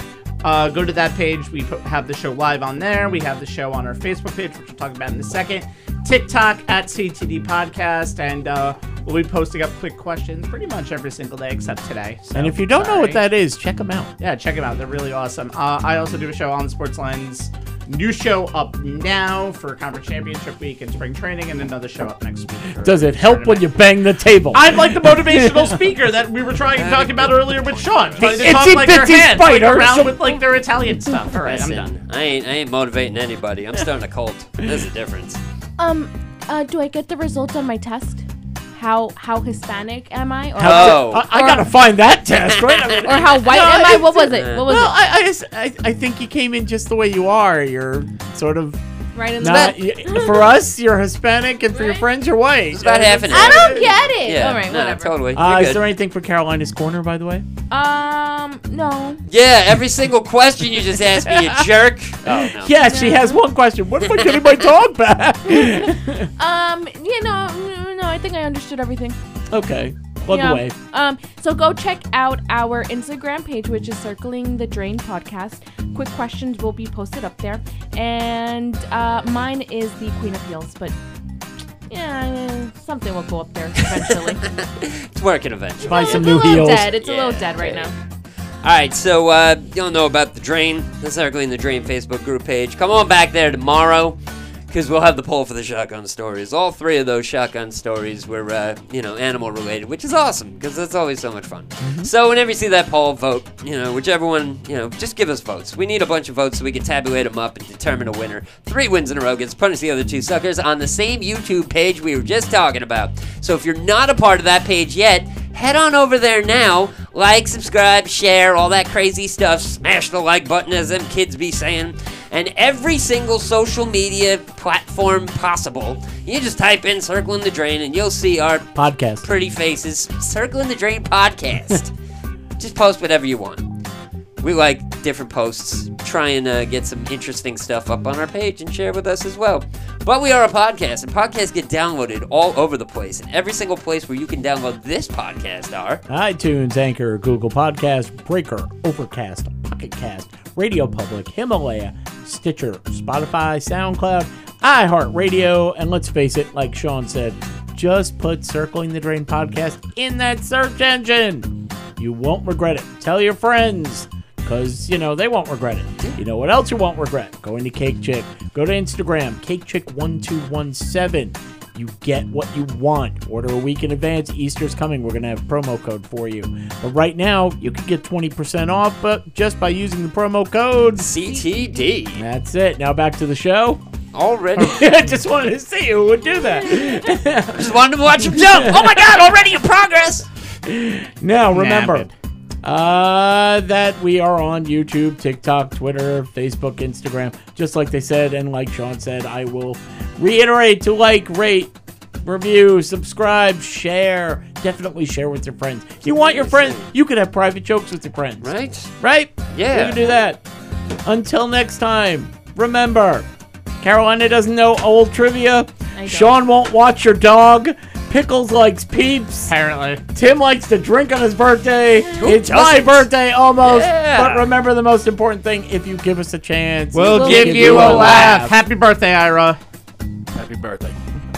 Speaker 3: Uh, go to that page. We put, have the show live on there. We have the show on our Facebook page, which we'll talk about in a second. TikTok at CTD Podcast, and uh, we'll be posting up quick questions pretty much every single day except today. So,
Speaker 1: and if you don't know
Speaker 3: sorry.
Speaker 1: what that is, check them out.
Speaker 3: Yeah, check them out. They're really awesome. Uh, I also do a show on Sports Lines. New show up now for Conference Championship Week and spring training, and another show up next week. for
Speaker 1: Does it help when
Speaker 3: tournament.
Speaker 1: you bang the table?
Speaker 3: I'm like the motivational speaker that we were trying to talk about earlier with Sean. trying to
Speaker 1: itsy
Speaker 3: talk like their
Speaker 1: bitsy
Speaker 3: hand, like
Speaker 1: spider.
Speaker 3: around with like their Italian stuff. All right, I'm done.
Speaker 4: Listen, I ain't, I ain't motivating anybody. I'm starting a cult. There's a difference.
Speaker 2: Um, uh, do I get the results on my test? How how Hispanic am I? Or
Speaker 4: Oh.
Speaker 1: I, I gotta find that test, right? I mean,
Speaker 2: or how white
Speaker 1: No,
Speaker 2: am I?
Speaker 1: it's-
Speaker 2: What was it? What was
Speaker 1: well, I, I, just- I, I think you came in just the way you are. You're sort of
Speaker 2: it? Right in the
Speaker 1: not.
Speaker 2: middle.
Speaker 1: y for us, you're Hispanic, and for your friends, you're white.
Speaker 4: It's about half an hour.
Speaker 2: I don't get it.
Speaker 4: Yeah,
Speaker 2: All right,
Speaker 4: nah,
Speaker 2: whatever.
Speaker 4: totally. You're
Speaker 1: Uh,
Speaker 4: good.
Speaker 1: is there anything for Carolina's Corner, by the way?
Speaker 2: Um, no.
Speaker 4: Yeah, every single question you just asked me, you jerk. Oh, no.
Speaker 1: Yeah, she has one question. What if I getting my dog back?
Speaker 2: Um, you know, mm, no. I think I understood everything.
Speaker 1: okay, plug
Speaker 2: Yeah.
Speaker 1: away.
Speaker 2: Um, so go check out our Instagram page, which is Circling the Drain Podcast. Quick questions will be posted up there, and uh, mine is the Queen of Heels, but yeah, something will go up there eventually.
Speaker 4: It's working eventually.
Speaker 1: Buy
Speaker 2: It's
Speaker 1: some
Speaker 2: a
Speaker 1: new
Speaker 2: little
Speaker 1: heels.
Speaker 2: Dead. It's a little
Speaker 4: Yeah,
Speaker 2: dead right
Speaker 4: okay.
Speaker 2: now.
Speaker 4: All right, so uh, y'all know about the Drain, the Circling the Drain Facebook group page. Come on back there tomorrow, because we'll have the poll for the shotgun stories. All three of those shotgun stories were, uh, you know, animal related, which is awesome, because that's always so much fun. So whenever you see that poll, vote, you know, whichever one, you know, just give us votes. We need a bunch of votes so we can tabulate them up and determine a winner. Three wins in a row gets punished the other two suckers on the same YouTube page we were just talking about. So if you're not a part of that page yet, head on over there now. Like, subscribe, share, all that crazy stuff. Smash the like button, as them kids be saying. And every single social media platform possible, you just type in Circling the Drain and you'll see our
Speaker 1: Podcast.
Speaker 4: pretty faces Circling the Drain podcast. just post whatever you want. We like different posts. Try and uh, get some interesting stuff up on our page and share with us as well. But we are a podcast, and podcasts get downloaded all over the place. And every single place where you can download this podcast are
Speaker 1: iTunes, Anchor, Google Podcast, Breaker, Overcast, Pocket Cast, Radio Public, Himalaya, Stitcher, Spotify, SoundCloud, iHeartRadio, and let's face it, like Sean said, just put Circling the Drain podcast in that search engine. You won't regret it. Tell your friends. Because, you know, they won't regret it. You know what else you won't regret? Going to Cake Chick. Go to Instagram, CakeChick1217. You get what you want. Order a week in advance. Easter's coming. We're going to have promo code for you. But right now, you can get 20% off but just by using the promo code.
Speaker 4: CTD.
Speaker 1: That's it. Now back to the show.
Speaker 4: Already.
Speaker 1: I just wanted to see who would do that.
Speaker 4: Just wanted to watch him jump. Oh my god, already in progress.
Speaker 1: Now, remember
Speaker 3: Nabbit.
Speaker 1: uh, that we are on YouTube, TikTok, Twitter, Facebook, Instagram. Just like they said, and like Sean said, I will reiterate to like, rate, review, subscribe, share. Definitely share with your friends. You want your friends, you could have private jokes with your friends.
Speaker 4: Right?
Speaker 1: Right?
Speaker 4: Yeah.
Speaker 1: You can do that. Until next time, remember Carolina doesn't know old trivia.
Speaker 2: don't.
Speaker 1: Sean won't watch your dog. Pickles likes peeps.
Speaker 3: Apparently.
Speaker 1: Tim likes to drink on his birthday. it's my
Speaker 4: doesn't?
Speaker 1: birthday almost.
Speaker 4: Yeah.
Speaker 1: But remember the most important thing if you give us a chance,
Speaker 3: We'll, give, you a laugh. Happy birthday, Ira.
Speaker 6: Happy birthday.